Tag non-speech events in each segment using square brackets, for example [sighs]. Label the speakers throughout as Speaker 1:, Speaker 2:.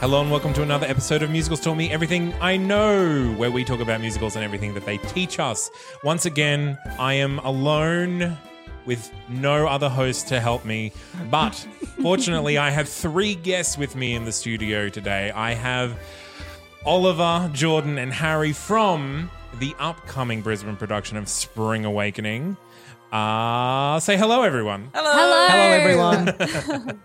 Speaker 1: Hello and welcome to another episode of Musicals Taught Me Everything I Know, where we talk about musicals and everything that they teach us. Once again, I am alone with no other host to help me, but fortunately, I have three guests with me in the studio today. I have Oliver, Jordan, and Harry from the upcoming Brisbane production of Spring Awakening. Uh, say hello, everyone.
Speaker 2: Hello.
Speaker 3: everyone.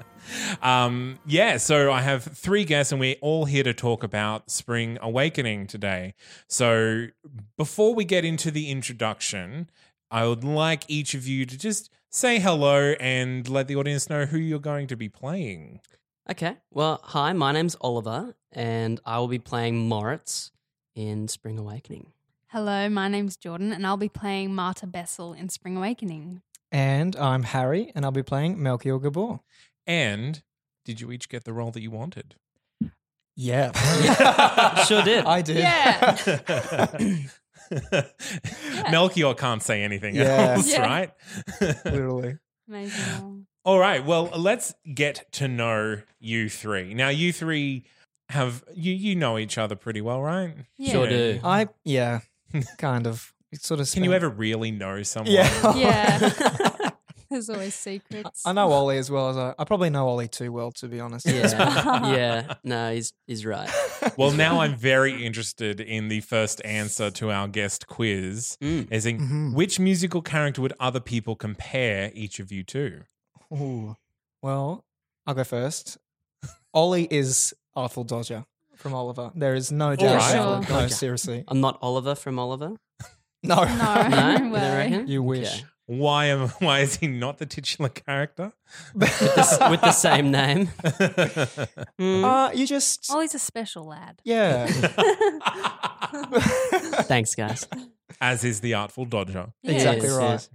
Speaker 1: Um, yeah, so I have three guests, and we're all here to talk about Spring Awakening today. So before we get into the introduction, I would like each of you to just say hello and let the audience know who you're going to be playing.
Speaker 3: okay. Well, hi, my name's Oliver, and I will be playing Moritz in Spring Awakening.
Speaker 2: Hello, my name's Jordan, and I'll be playing Marta Bessel in Spring Awakening.
Speaker 4: And I'm Harry, and I'll be playing Melchior Gabor.
Speaker 1: And did you each get the role that you wanted?
Speaker 4: Yeah.
Speaker 3: [laughs]
Speaker 1: [laughs]
Speaker 3: Sure did.
Speaker 4: I did.
Speaker 2: [laughs] Yeah.
Speaker 1: Melchior can't say anything
Speaker 4: Yeah.
Speaker 1: else,
Speaker 2: Yeah.
Speaker 1: right? [laughs]
Speaker 4: Literally.
Speaker 2: Amazing.
Speaker 1: All right. Well, let's get to know you three. Now, you three have you you know each other pretty well, right?
Speaker 2: Yeah.
Speaker 3: Sure do.
Speaker 4: I, yeah, kind of. It sort of
Speaker 1: Can you
Speaker 4: spent- [laughs]
Speaker 1: ever really know someone?
Speaker 4: Yeah.
Speaker 2: Yeah. There's always secrets.
Speaker 4: [laughs] I know Ollie as well as I, I probably know Ollie too well, to be honest. [laughs]
Speaker 3: Yeah. [laughs] yeah. No, he's he's right.
Speaker 1: [laughs] Well, now I'm very interested in the first answer to our guest quiz.
Speaker 3: Mm.
Speaker 1: As in,
Speaker 4: Mhm.
Speaker 1: which musical character would other people compare each of you to?
Speaker 4: Ooh. Well, I'll go first. Ollie is Artful Dodger from Oliver. There is no doubt.
Speaker 1: right.
Speaker 4: about it.
Speaker 3: Sure.
Speaker 4: No,
Speaker 3: Dodger. Uh,
Speaker 4: seriously.
Speaker 3: I'm not Oliver from Oliver.
Speaker 4: [laughs] No.
Speaker 2: No.
Speaker 3: No,
Speaker 2: Well.
Speaker 3: you don't reckon?
Speaker 4: You wish.
Speaker 3: Okay.
Speaker 1: Why am [laughs] why is he not the titular character?
Speaker 3: This- with the same name. Mm.
Speaker 4: Uh, you just.
Speaker 2: Ollie's a special lad. [laughs]
Speaker 4: Yeah. [laughs]
Speaker 3: Thanks, guys.
Speaker 1: As is the artful dodger.
Speaker 4: Exactly
Speaker 3: Yes,
Speaker 4: right.
Speaker 3: yes.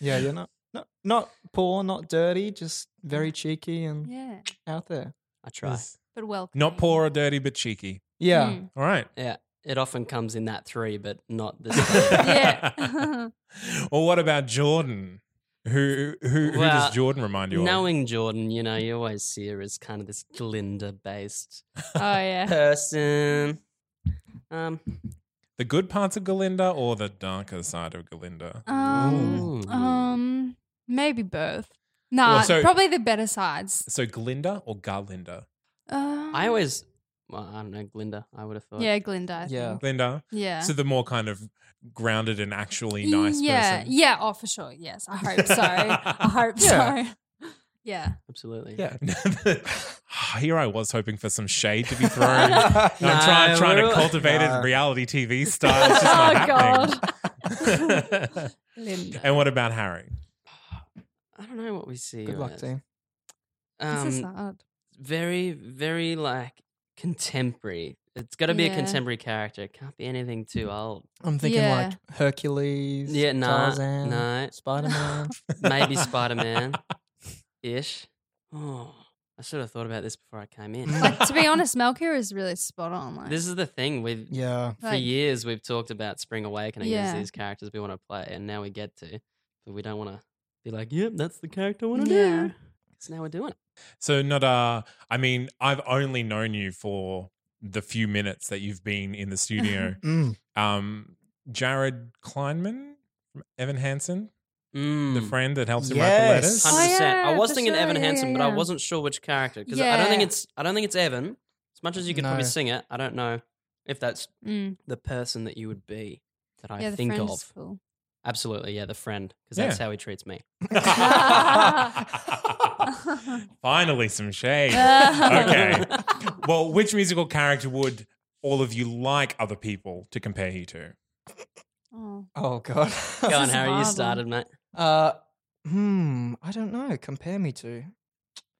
Speaker 4: Yeah, you're not, not not poor, not dirty, just very cheeky and
Speaker 2: Yeah.
Speaker 4: out there.
Speaker 3: I try.
Speaker 2: But welcome.
Speaker 1: Not poor or dirty, but cheeky.
Speaker 4: Yeah.
Speaker 2: Hmm.
Speaker 4: [laughs]
Speaker 1: All right.
Speaker 3: Yeah. It often comes in that three, but not this. time.
Speaker 2: Yeah. [laughs] Oh,
Speaker 1: Well, what about Jordan? Who who, who
Speaker 3: Well,
Speaker 1: does Jordan remind you of?
Speaker 3: Knowing Jordan, you know, you always see her as kind of this Glinda based
Speaker 2: oh,
Speaker 1: [laughs]
Speaker 2: yeah.
Speaker 3: person. Um,
Speaker 1: The good parts of Galinda or the darker side of Galinda?
Speaker 2: Um,
Speaker 3: Ooh.
Speaker 2: um, maybe birth. Nah,
Speaker 1: Well, so-
Speaker 2: probably the better sides.
Speaker 1: So Glinda or Garlinda?
Speaker 2: Um,
Speaker 3: I always, well, I don't know, Glinda, I would have thought.
Speaker 2: Yeah, Glinda. I
Speaker 4: Yeah.
Speaker 2: think.
Speaker 1: Glinda.
Speaker 2: Yeah.
Speaker 1: So the more kind of grounded and actually nice
Speaker 2: yeah,
Speaker 1: person.
Speaker 2: yeah. Oh, for sure. Yes, I
Speaker 1: [laughs]
Speaker 2: hope so. I hope so. [laughs] Yeah.
Speaker 3: Absolutely.
Speaker 4: Yeah.
Speaker 1: [laughs] Ah, Here I was hoping for some shade to be thrown.
Speaker 3: [laughs]
Speaker 1: I'm trying,
Speaker 3: No,
Speaker 1: trying to
Speaker 3: we're-
Speaker 1: cultivate
Speaker 4: No.
Speaker 1: it reality TV style. It's just not
Speaker 2: [laughs]
Speaker 1: [laughs]
Speaker 2: Oh,
Speaker 1: happening.
Speaker 2: Linda.
Speaker 1: [laughs] and what about Harry?
Speaker 3: I don't know what we see.
Speaker 4: Good
Speaker 3: her
Speaker 4: luck,
Speaker 3: as.
Speaker 4: team.
Speaker 2: this is
Speaker 3: Um,
Speaker 2: hard.
Speaker 3: very, very like contemporary. It's got to be
Speaker 2: Yeah.
Speaker 3: a contemporary character. It can't be anything too old.
Speaker 4: I'm thinking
Speaker 2: Yeah.
Speaker 4: like Hercules,
Speaker 3: Yeah, no,
Speaker 4: Tarzan,
Speaker 3: no.
Speaker 2: [laughs]
Speaker 4: Spider Man.
Speaker 3: [laughs] Maybe Spider Man ish. Oh, I should have thought about this before I came in.
Speaker 4: Mm.
Speaker 2: Like to be honest, Melchior is really spot on. Like
Speaker 3: this is the thing with.
Speaker 2: [laughs]
Speaker 4: yeah.
Speaker 3: For
Speaker 2: like,
Speaker 3: years, we've talked about Spring Awakening
Speaker 2: Yeah.
Speaker 3: as these characters we want to play, and now we get to, but we don't want to be like, "Yep, that's the character I want to
Speaker 2: Yeah.
Speaker 3: do." So now we're doing it.
Speaker 1: So not uh I mean, I've only known you for the few minutes that you've been in the studio.
Speaker 4: Mm.
Speaker 1: um, Jared Kleinman, Evan Hansen.
Speaker 3: Mm.
Speaker 1: the friend that helps him write the
Speaker 4: Yes.
Speaker 1: letters.
Speaker 3: Hundred percent.
Speaker 2: Oh, yeah,
Speaker 3: I was
Speaker 2: for
Speaker 3: thinking
Speaker 2: sure.
Speaker 3: Evan
Speaker 2: Yeah,
Speaker 3: Hansen, but
Speaker 2: yeah.
Speaker 3: I wasn't sure which character because I don't think
Speaker 2: Yeah.
Speaker 3: it's I don't think it's Evan. As much as you could probably
Speaker 4: No.
Speaker 3: sing it, I don't know if that's
Speaker 2: Mm.
Speaker 3: the person that you would be that I
Speaker 2: yeah, the
Speaker 3: think
Speaker 2: friend
Speaker 3: of.
Speaker 2: is
Speaker 3: [laughs]
Speaker 2: cool.
Speaker 3: Absolutely, yeah, the friend because that's
Speaker 1: Yeah.
Speaker 3: how he treats
Speaker 2: [laughs]
Speaker 3: me.
Speaker 1: [laughs] Finally, some shade. Okay. Well, which musical character would all of you like other people to compare you to?
Speaker 2: Oh.
Speaker 4: Oh god.
Speaker 3: Go on,
Speaker 2: is
Speaker 3: Harry. You
Speaker 2: horrible.
Speaker 3: started, mate.
Speaker 4: [laughs] uh, hmm. I don't know. Compare me to.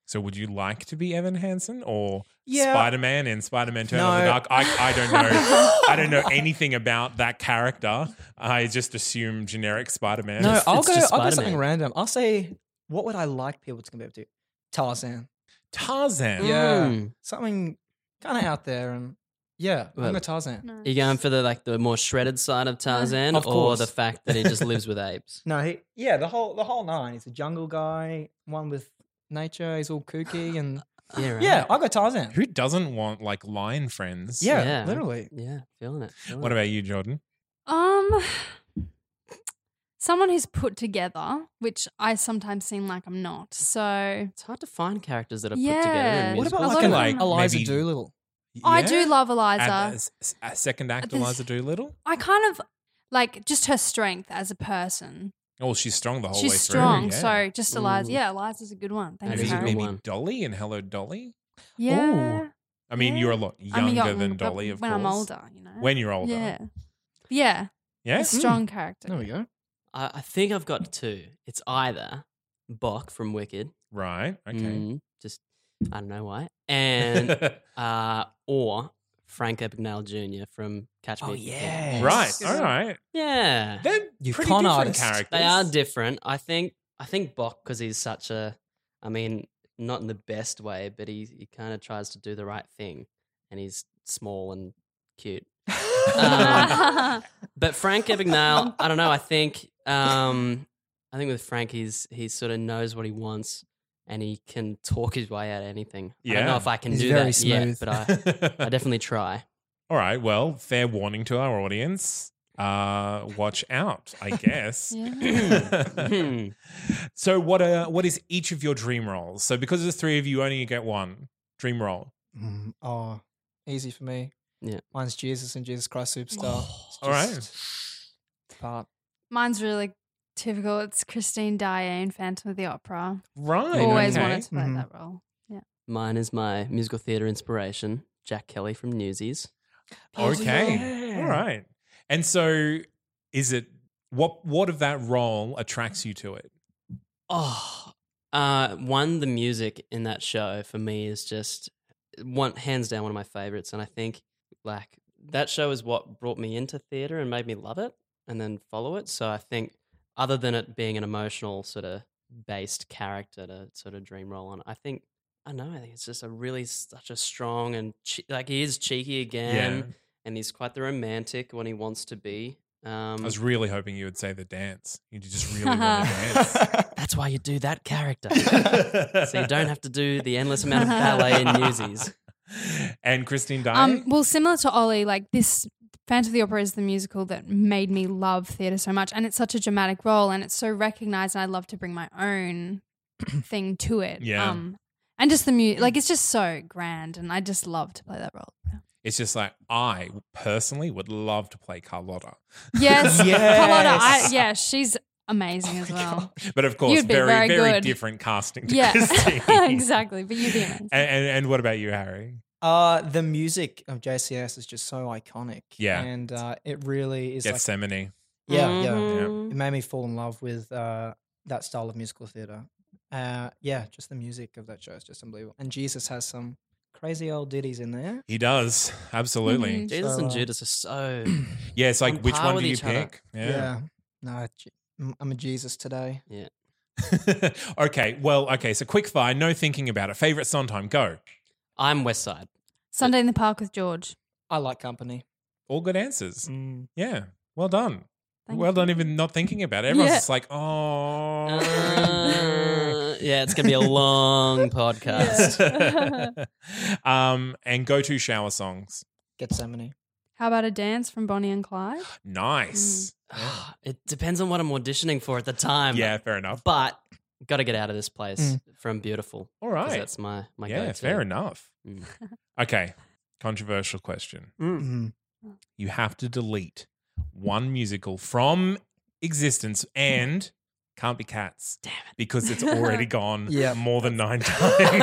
Speaker 1: So, would you like to be Evan Hansen or
Speaker 4: Yeah.
Speaker 1: Spider Man in Spider Man Turn of the
Speaker 4: No.
Speaker 1: Dark? I, I don't
Speaker 4: [laughs]
Speaker 1: know. I don't know anything about that character. I just assume generic Spider Man.
Speaker 4: No,
Speaker 3: It's-
Speaker 4: I'll
Speaker 3: it's
Speaker 4: go.
Speaker 3: just
Speaker 4: I'll go something
Speaker 3: Spider-Man.
Speaker 4: random. I'll say, what would I like people to compare me to? Tarzan.
Speaker 1: Tarzan.
Speaker 4: Yeah.
Speaker 3: Mm.
Speaker 4: Something kind of out there, and yeah,
Speaker 3: Well,
Speaker 4: I'm a Tarzan.
Speaker 2: No.
Speaker 3: Are you going for the like the more shredded side
Speaker 2: [laughs]
Speaker 3: of Tarzan,
Speaker 4: Of
Speaker 3: or
Speaker 4: course.
Speaker 3: the fact that he just lives with apes?
Speaker 4: No, he, yeah, the whole the whole nine. He's a jungle guy, one with nature. He's all
Speaker 1: [gasps]
Speaker 4: kooky and
Speaker 3: Yeah, right.
Speaker 4: yeah, I got Tarzan.
Speaker 1: Who doesn't want like lion friends?
Speaker 4: Yeah,
Speaker 3: Yeah.
Speaker 4: literally.
Speaker 3: yeah, feeling it. feeling
Speaker 1: What
Speaker 3: it.
Speaker 1: about you, Jordan?
Speaker 2: Um, someone who's put together, which I sometimes seem like I'm not. So
Speaker 3: It's hard to find characters that are put together.
Speaker 2: yeah,
Speaker 3: In
Speaker 4: What about
Speaker 3: musicals.
Speaker 2: A lot
Speaker 4: like, an,
Speaker 2: of
Speaker 1: like
Speaker 2: them-
Speaker 4: Eliza
Speaker 1: maybe-
Speaker 4: Doolittle?
Speaker 2: I
Speaker 1: Yeah?
Speaker 2: do love
Speaker 1: Add
Speaker 2: Eliza.
Speaker 1: a s- s- a second act,
Speaker 2: There's-
Speaker 1: Eliza Doolittle.
Speaker 2: I kind of like just her strength as a person.
Speaker 1: Oh, she's strong the whole way
Speaker 2: She's
Speaker 1: through.
Speaker 2: strong.
Speaker 1: yeah.
Speaker 2: So just Eliza.
Speaker 3: Ooh.
Speaker 2: Yeah, Eliza's a good one. Thanks,
Speaker 1: maybe,
Speaker 3: Maybe-
Speaker 2: Harry.
Speaker 3: maybe-
Speaker 1: maybe Dolly and Hello Dolly.
Speaker 2: Yeah.
Speaker 1: I mean,
Speaker 2: Yeah.
Speaker 1: you're a lot
Speaker 2: I'm
Speaker 1: younger
Speaker 2: a young
Speaker 1: than
Speaker 2: one, but
Speaker 1: Dolly, of
Speaker 2: when
Speaker 1: course.
Speaker 2: I'm older, you know.
Speaker 1: When you're older.
Speaker 2: Yeah. Yeah.
Speaker 1: Yeah? Hmm.
Speaker 2: A strong character.
Speaker 4: Mm. There we go.
Speaker 3: I, I think I've got two. It's either Bok from Wicked.
Speaker 1: Right. Okay. [laughs]
Speaker 3: Mm, just I don't know
Speaker 4: [laughs]
Speaker 3: why. And uh, or Frank Abagnale Jr. from Catch Me.
Speaker 4: Oh,
Speaker 3: If You Can.
Speaker 4: yes.
Speaker 1: right.
Speaker 4: Yes.
Speaker 1: All right.
Speaker 3: Yeah.
Speaker 1: They're
Speaker 4: You
Speaker 1: pretty
Speaker 4: con
Speaker 1: different
Speaker 4: artist.
Speaker 1: characters.
Speaker 3: They are different. I think I think Bok because he's such a I mean, not in the best way, but he he kind of tries to do the right thing and he's small and cute. Um, But Frank Abagnale, I don't know, I think um I think with Frank he's he sort of knows what he wants and he can talk his way out of anything. I don't
Speaker 1: Yeah.
Speaker 3: know if I can
Speaker 4: He's
Speaker 3: do
Speaker 4: very
Speaker 3: that yet,
Speaker 4: smooth.
Speaker 3: but I I [laughs] definitely try.
Speaker 1: All right. Well, fair warning to our audience. Uh, watch out,
Speaker 2: [laughs]
Speaker 1: I guess.
Speaker 2: Yeah.
Speaker 1: [laughs] so, what are what is each of your dream roles? So, because there's three of you, only get one dream role.
Speaker 4: [laughs] Mm, oh, easy for me.
Speaker 3: Yeah.
Speaker 4: mine's Jesus and Jesus
Speaker 1: [gasps]
Speaker 4: Christ Superstar. It's
Speaker 1: All right.
Speaker 4: just part-
Speaker 2: Mine's really typical. It's Christine Diane, Phantom of the Opera.
Speaker 1: Right.
Speaker 2: Always
Speaker 1: okay.
Speaker 2: wanted to play
Speaker 4: Mhm.
Speaker 2: that role.
Speaker 3: Mine is my musical theatre inspiration, Jack Kelly from Newsies.
Speaker 1: Okay.
Speaker 4: yeah.
Speaker 1: All right. And so, is it what what of that role attracts you to it?
Speaker 3: Oh, uh, one, the music in that show for me is just one, hands down, one of my favorites. And I think like that show is what brought me into theater and made me love it and then follow it. So I think, other than it being an emotional sort of based character to sort of dream role on, I think, I know, I think it's just a really such a strong and che- like he is cheeky again and he's quite the romantic when he wants to be. Um,
Speaker 1: I was really hoping you would say the dance. You just really
Speaker 2: [laughs]
Speaker 1: want to
Speaker 3: that's why you do that
Speaker 1: [laughs]
Speaker 3: character.
Speaker 1: dance.
Speaker 3: so you don't have to do the endless amount of ballet
Speaker 1: [laughs]
Speaker 3: and newsies.
Speaker 1: And Christine Dye.
Speaker 2: Um, well, similar to Ollie, like this Phantom of the Opera is the musical that made me love theatre so much. And it's such a dramatic role and it's so recognised. And I love to bring my
Speaker 4: [clears throat]
Speaker 2: own thing to it.
Speaker 1: Yeah.
Speaker 2: Um, and just the
Speaker 4: Mm.
Speaker 2: music, like it's just so grand. And I just love to play that
Speaker 4: [laughs]
Speaker 2: role.
Speaker 1: it's just like I personally would love to play Carlotta.
Speaker 2: Yes.
Speaker 4: Yes. Oh
Speaker 2: Carlotta, I, yeah, she's amazing as well.
Speaker 1: [laughs] But of course,
Speaker 2: You'd be
Speaker 1: very, very,
Speaker 2: very good.
Speaker 1: different casting to
Speaker 2: Yeah, [laughs]
Speaker 1: Christine.
Speaker 2: exactly. But you'd be amazing.
Speaker 1: And, and, and what about you, Harry?
Speaker 4: Uh, the music of JCS is just so iconic.
Speaker 1: Yeah.
Speaker 4: and uh, it really is. Like,
Speaker 1: Gethsemane.
Speaker 4: yeah, yeah.
Speaker 3: Mhm.
Speaker 1: Mm-hmm.
Speaker 4: It made me fall in love with uh, that style of musical theatre. Uh, yeah, just the music of that show is just unbelievable. And Jesus has some crazy old ditties in there.
Speaker 1: He does. Absolutely.
Speaker 2: Mhm.
Speaker 3: Jesus
Speaker 4: So,
Speaker 3: and
Speaker 4: uh,
Speaker 3: Judas are so.
Speaker 1: Yeah, it's like,
Speaker 3: On
Speaker 1: which
Speaker 3: par
Speaker 1: one
Speaker 3: with
Speaker 1: do you
Speaker 3: each other.
Speaker 1: pick?
Speaker 4: No, Je- I'm- I'm a Jesus today.
Speaker 1: [laughs] okay. Well, okay. So quick fire, no thinking about it. Favorite Sondheim, go.
Speaker 3: I'm West Side.
Speaker 2: Sunday in the Park with George.
Speaker 4: I like company.
Speaker 1: All good answers.
Speaker 4: Mm.
Speaker 1: Yeah. Well done.
Speaker 2: Thank
Speaker 1: well
Speaker 2: you.
Speaker 1: done, even not thinking about it. Everyone's
Speaker 2: Yeah.
Speaker 1: just like,
Speaker 2: [laughs]
Speaker 1: oh. [laughs]
Speaker 3: Uh, yeah, it's gonna be a long podcast. [sighs]
Speaker 2: [laughs]
Speaker 1: [laughs] um, and go to shower songs.
Speaker 4: Gethsemane.
Speaker 1: [laughs]
Speaker 2: How about a dance from Bonnie and Clyde?
Speaker 3: Mm.
Speaker 1: Nice. Yeah.
Speaker 3: it depends on what I'm auditioning for at the time.
Speaker 1: yeah, fair enough.
Speaker 3: But got to get out of this place
Speaker 4: Mm.
Speaker 3: from Beautiful.
Speaker 1: All
Speaker 3: 'cause
Speaker 1: right.
Speaker 3: That's my, my
Speaker 1: yeah,
Speaker 3: go-to.
Speaker 1: fair enough.
Speaker 3: Mm.
Speaker 1: Okay, controversial question.
Speaker 4: Mhm.
Speaker 1: You have to delete one musical from existence and can't be Cats. Damn it. Because it's
Speaker 3: [laughs]
Speaker 1: already gone
Speaker 4: Yeah.
Speaker 1: more than nine
Speaker 3: [laughs]
Speaker 1: times.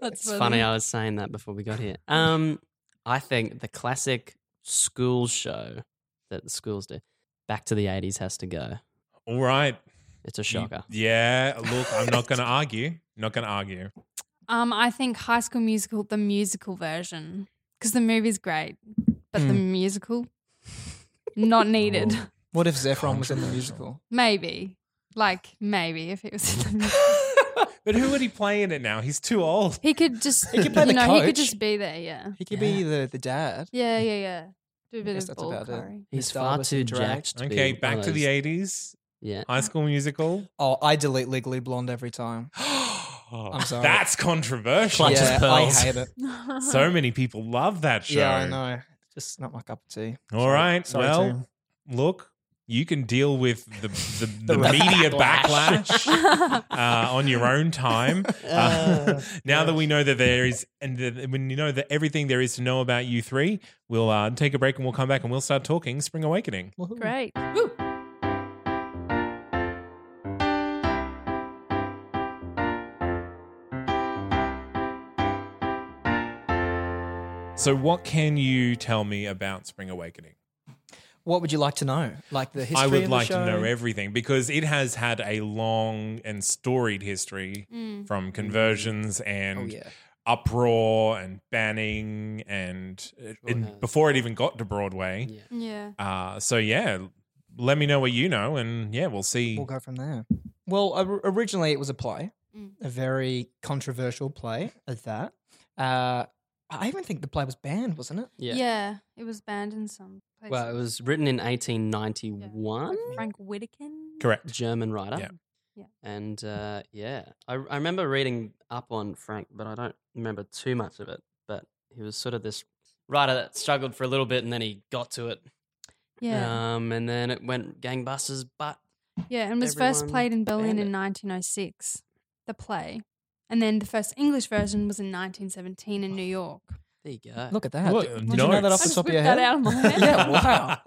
Speaker 2: That's
Speaker 3: it's funny. I was saying that before we got here. Um, I think the classic school show that the schools do, Back to the 80s, has to go.
Speaker 1: All right.
Speaker 3: It's a
Speaker 1: You-
Speaker 3: shocker.
Speaker 1: yeah, look, I'm not going to argue. Not going to argue.
Speaker 2: Um, I think High School Musical, the musical version, because the movie's great, but the musical,
Speaker 1: [laughs]
Speaker 2: not needed.
Speaker 1: Hmm. Oh.
Speaker 4: What if Zephron was in the musical?
Speaker 1: Controversial.
Speaker 2: Maybe, like maybe if it
Speaker 1: [laughs]
Speaker 2: was in the musical.
Speaker 1: But who would he play in it now? He's too old.
Speaker 2: He could just,
Speaker 4: He could play
Speaker 2: you
Speaker 4: the
Speaker 2: know, he could
Speaker 4: coach.
Speaker 2: just be there. Yeah,
Speaker 4: He could
Speaker 3: Yeah.
Speaker 4: be the, the dad.
Speaker 2: yeah, yeah, yeah. Do a bit
Speaker 4: guess
Speaker 2: of
Speaker 4: that's
Speaker 2: ball
Speaker 4: about it.
Speaker 2: curry.
Speaker 3: He's
Speaker 4: Mr.
Speaker 3: far
Speaker 4: Elvis
Speaker 3: too
Speaker 4: in drag.
Speaker 3: jacked. to be
Speaker 1: Okay,
Speaker 3: one
Speaker 1: back
Speaker 3: of
Speaker 1: to the
Speaker 3: those-
Speaker 1: 80s,
Speaker 3: Yeah.
Speaker 1: High School Musical.
Speaker 4: Oh, I delete Legally Blonde every time.
Speaker 1: [gasps] I'm
Speaker 4: sorry.
Speaker 1: That's controversial.
Speaker 3: Clutch of
Speaker 4: yeah, I
Speaker 3: pearls.
Speaker 4: [laughs] hate it.
Speaker 1: [laughs] So many people love that show.
Speaker 4: Yeah, I know. It's just not my cup of tea.
Speaker 1: All
Speaker 4: Sorry-
Speaker 1: right,
Speaker 4: sorry,
Speaker 1: well,
Speaker 4: team.
Speaker 1: Look, you can deal with the
Speaker 4: [laughs]
Speaker 1: the, the,
Speaker 4: The
Speaker 3: [laughs]
Speaker 1: media
Speaker 3: backlash.
Speaker 1: backlash [laughs] uh, on your own
Speaker 4: [laughs]
Speaker 1: time. [laughs] Uh,
Speaker 4: Uh,
Speaker 1: now that
Speaker 4: yes.
Speaker 1: we know that there is, and that when you know that everything there is to know about you three, we'll uh, take a break and we'll come back and we'll start talking Spring Awakening.
Speaker 4: Woohoo.
Speaker 2: [laughs] great.
Speaker 1: So, what can you tell me about Spring Awakening?
Speaker 4: What would you like to know? Like the history
Speaker 1: I
Speaker 4: of
Speaker 1: would
Speaker 4: the
Speaker 1: like
Speaker 4: show?
Speaker 1: to know everything because it has had a long and storied history
Speaker 4: Hmm.
Speaker 2: Mm.
Speaker 1: from conversions and
Speaker 4: Mm-hmm. Oh yeah.
Speaker 1: uproar and banning and, and
Speaker 3: has.
Speaker 1: before it even got to Broadway.
Speaker 3: [laughs] Yeah.
Speaker 2: Yeah.
Speaker 1: Uh, so yeah, let me know what you know, and yeah, we'll see.
Speaker 4: We'll go from there. Well, or- originally it was a play,
Speaker 2: Mm.
Speaker 4: a very controversial play at that. Uh, I even think the play was banned, wasn't it?
Speaker 2: yeah,
Speaker 3: Yeah.
Speaker 2: It was banned in some places.
Speaker 3: Well, it was written in 1891.
Speaker 2: Frank Whittakin.
Speaker 1: Correct.
Speaker 3: German writer.
Speaker 1: Yeah.
Speaker 2: Yeah.
Speaker 3: And uh, yeah, I, I remember reading up on Frank, but I don't remember too much of it. But he was sort of this writer that struggled for a little bit and then he got to it.
Speaker 2: Yeah.
Speaker 3: Um, and then it went gangbusters, but
Speaker 4: uh,
Speaker 2: yeah. And was first
Speaker 3: everyone
Speaker 2: played in Berlin
Speaker 3: banned
Speaker 2: in
Speaker 3: it.
Speaker 2: 1906, the play. And then the first English version was in 1917 in New York.
Speaker 3: there you go.
Speaker 4: Look at that.
Speaker 1: Look,
Speaker 4: Did, did you know that
Speaker 1: notes.
Speaker 4: [sighs] off
Speaker 2: I just
Speaker 4: the top of
Speaker 2: whipped
Speaker 4: your
Speaker 2: that
Speaker 4: head?
Speaker 2: out
Speaker 4: [laughs]
Speaker 2: of my head.
Speaker 4: [laughs] yeah. Wow.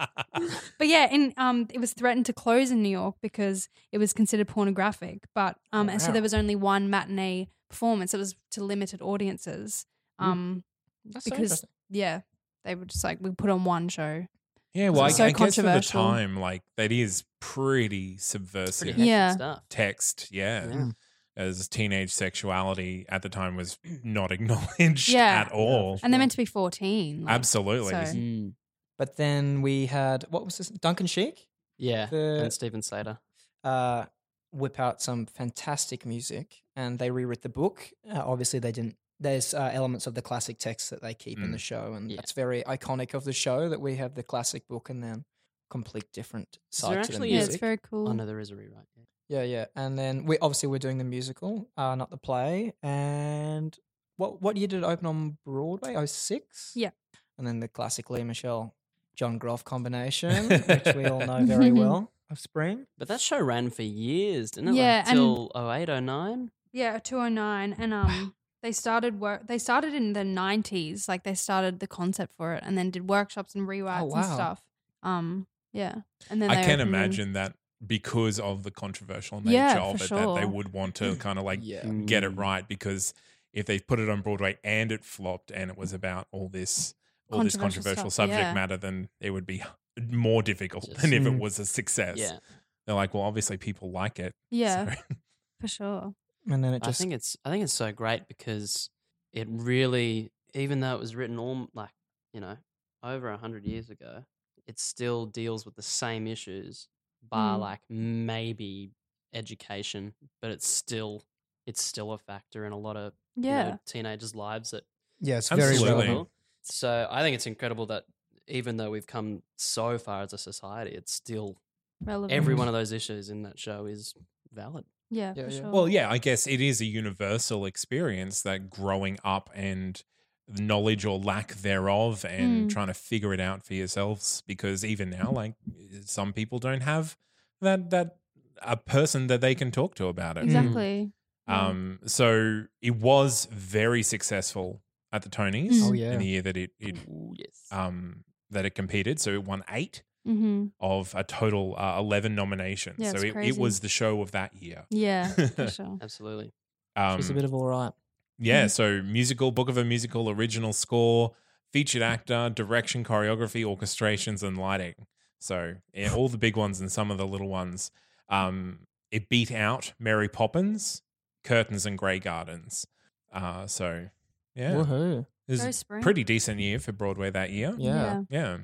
Speaker 2: [laughs] But yeah, and um, it was threatened to close in New York because it was considered pornographic. But um, and so
Speaker 4: wow.
Speaker 2: there was only one matinee performance. It was to limited audiences.
Speaker 4: Mm.
Speaker 2: Um,
Speaker 4: That's so
Speaker 2: because
Speaker 4: interesting.
Speaker 2: yeah, they were just like we put on one show.
Speaker 1: [laughs] Yeah, well, I,
Speaker 2: So
Speaker 1: I guess for the
Speaker 2: controversial.
Speaker 1: time, like that is pretty subversive
Speaker 3: Pretty hectic
Speaker 2: Yeah.
Speaker 3: stuff.
Speaker 1: text. Yeah.
Speaker 3: Yeah.
Speaker 1: as teenage sexuality at the time was not [laughs] acknowledged
Speaker 2: Yeah.
Speaker 1: at all.
Speaker 2: And they're meant to be fourteen. like,
Speaker 1: Absolutely.
Speaker 2: so-
Speaker 1: This-
Speaker 3: Mm.
Speaker 4: But then we had what was this? Duncan Sheik
Speaker 3: Yeah.
Speaker 4: The-
Speaker 3: and Stephen Sater.
Speaker 4: uh, whip out some fantastic music, and they rewrit the book. Uh, obviously, they didn't. There's uh, elements of the classic text that they keep in the show, and
Speaker 3: Yeah.
Speaker 4: that's very iconic of the show that we have the classic book and then complete different
Speaker 3: there
Speaker 4: side to the
Speaker 3: actually-
Speaker 2: yeah,
Speaker 4: music.
Speaker 2: it's very
Speaker 3: Oh,
Speaker 2: cool.
Speaker 3: no, there is a rewrite. Yeah.
Speaker 4: Yeah, yeah. And then we obviously we're doing the musical, uh, not the play. And what what year did it open on Broadway? 06?
Speaker 2: Yeah.
Speaker 4: And then the classic Lee Michelle John Groff combination, which we all know very well of spring.
Speaker 3: But that show ran for years, didn't it?
Speaker 2: Yeah,
Speaker 3: Like,
Speaker 2: and-
Speaker 3: till 08, 09?
Speaker 2: Yeah, two oh nine, and um, they started work. They started in the nineties, like they started the concept for it, and then did workshops and rewrites and
Speaker 4: Oh, wow.
Speaker 2: stuff. Um, yeah, and then
Speaker 1: I
Speaker 2: they
Speaker 1: can
Speaker 2: opened in-
Speaker 1: imagine that because of the controversial nature
Speaker 2: Yeah,
Speaker 1: of
Speaker 2: for
Speaker 1: it, that they
Speaker 2: sure.
Speaker 1: would want to kind of like
Speaker 4: yeah.
Speaker 3: Mm.
Speaker 1: get it right because if they put it on Broadway and it flopped and it was about all this all this
Speaker 2: Controversial
Speaker 1: controversial
Speaker 2: stuff,
Speaker 1: subject
Speaker 2: yeah.
Speaker 1: matter, then it would be [laughs] more difficult
Speaker 3: Just-
Speaker 1: than if it
Speaker 4: Mm.
Speaker 1: was a success.
Speaker 3: Yeah.
Speaker 1: They're like, well, obviously people like it.
Speaker 2: Yeah,
Speaker 1: so-
Speaker 2: for
Speaker 4: [laughs]
Speaker 2: sure.
Speaker 4: And then it
Speaker 3: I
Speaker 4: just
Speaker 3: think it's I think it's so great because it really, even though it was written all like you know over a hundred years ago, it still deals with the same issues, bar
Speaker 2: Mm.
Speaker 3: like maybe education, but it's still it's still a factor in a lot of you know,
Speaker 2: Yeah,
Speaker 3: teenagers' lives that
Speaker 4: yeah, it's
Speaker 1: very
Speaker 4: very
Speaker 1: Absolutely.
Speaker 4: relevant.
Speaker 1: relevant.
Speaker 3: So I think it's incredible that even though we've come so far as a society, it's still
Speaker 2: relevant.
Speaker 3: every one of those issues in that show is valid.
Speaker 2: Yeah,
Speaker 4: Yeah,
Speaker 2: for
Speaker 4: yeah.
Speaker 2: sure.
Speaker 1: Well, yeah, I guess it is a universal experience that growing up and knowledge or lack thereof and
Speaker 2: Mm.
Speaker 1: trying to figure it out for yourselves because even
Speaker 2: [laughs]
Speaker 1: now like eh, some people don't have that that a person that they can talk to about
Speaker 2: Mm.
Speaker 1: it
Speaker 2: Exactly. Yeah.
Speaker 1: um so it was very successful at the tonys
Speaker 2: Mm. Oh,
Speaker 4: yeah.
Speaker 1: in the year that it, it
Speaker 3: Ooh, yes.
Speaker 1: um that it competed so it won 8
Speaker 2: Mm-hmm.
Speaker 1: of a total uh, 11 nominations
Speaker 2: Yeah,
Speaker 1: so
Speaker 2: it's
Speaker 1: it, it
Speaker 2: crazy.
Speaker 1: was the show of that year
Speaker 4: [laughs]
Speaker 2: Yeah, for sure.
Speaker 3: Absolutely.
Speaker 1: um,
Speaker 4: She's a bit of all right.
Speaker 1: Yeah, so musical, book of a musical, original score, featured actor, direction, choreography, orchestrations, and lighting. So yeah, all the big ones and some of the little ones. Um, it beat out Mary Poppins, Curtains, and Grey Gardens. Uh, so yeah,
Speaker 4: Woohoo.
Speaker 1: it was
Speaker 2: Go
Speaker 1: a
Speaker 2: spring.
Speaker 1: pretty decent year for Broadway that year.
Speaker 4: Yeah.
Speaker 1: Yeah.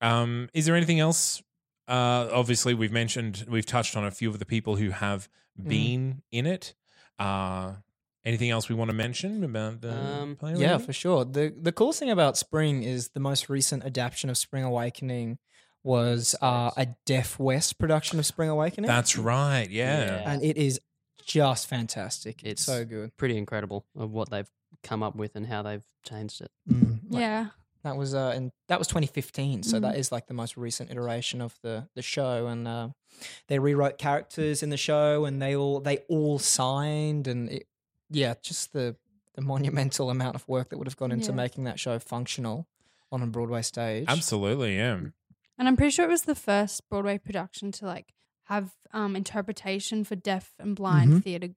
Speaker 1: Um, is there anything else? Uh, obviously, we've mentioned, we've touched on a few of the people who have
Speaker 4: Mm.
Speaker 1: been in it. Uh, anything else we want to mention about the
Speaker 3: Um,
Speaker 1: play?
Speaker 4: Yeah,
Speaker 1: already?
Speaker 4: for sure. The the coolest thing about Spring is the most recent adaptation of Spring Awakening was uh, a Deaf West production of Spring Awakening.
Speaker 1: That's right. Yeah.
Speaker 3: Yeah.
Speaker 4: and it is just fantastic.
Speaker 3: It's-
Speaker 4: It's, so good.
Speaker 3: Pretty incredible of what they've come up with and how they've changed it.
Speaker 4: Mm, Like,
Speaker 2: yeah.
Speaker 4: That was uh, and that was 2015, so
Speaker 2: Mhm.
Speaker 4: that is like the most recent iteration of the the show. And uh, they rewrote characters in the show, and they all they all signed, and it, yeah, just the the monumental [laughs] amount of work that would have gone into
Speaker 2: Yeah.
Speaker 4: making that show functional on a Broadway stage.
Speaker 1: Absolutely. Yeah.
Speaker 2: And I'm pretty sure it was the first Broadway production to like have um interpretation for deaf and blind
Speaker 4: Mhm.
Speaker 2: theater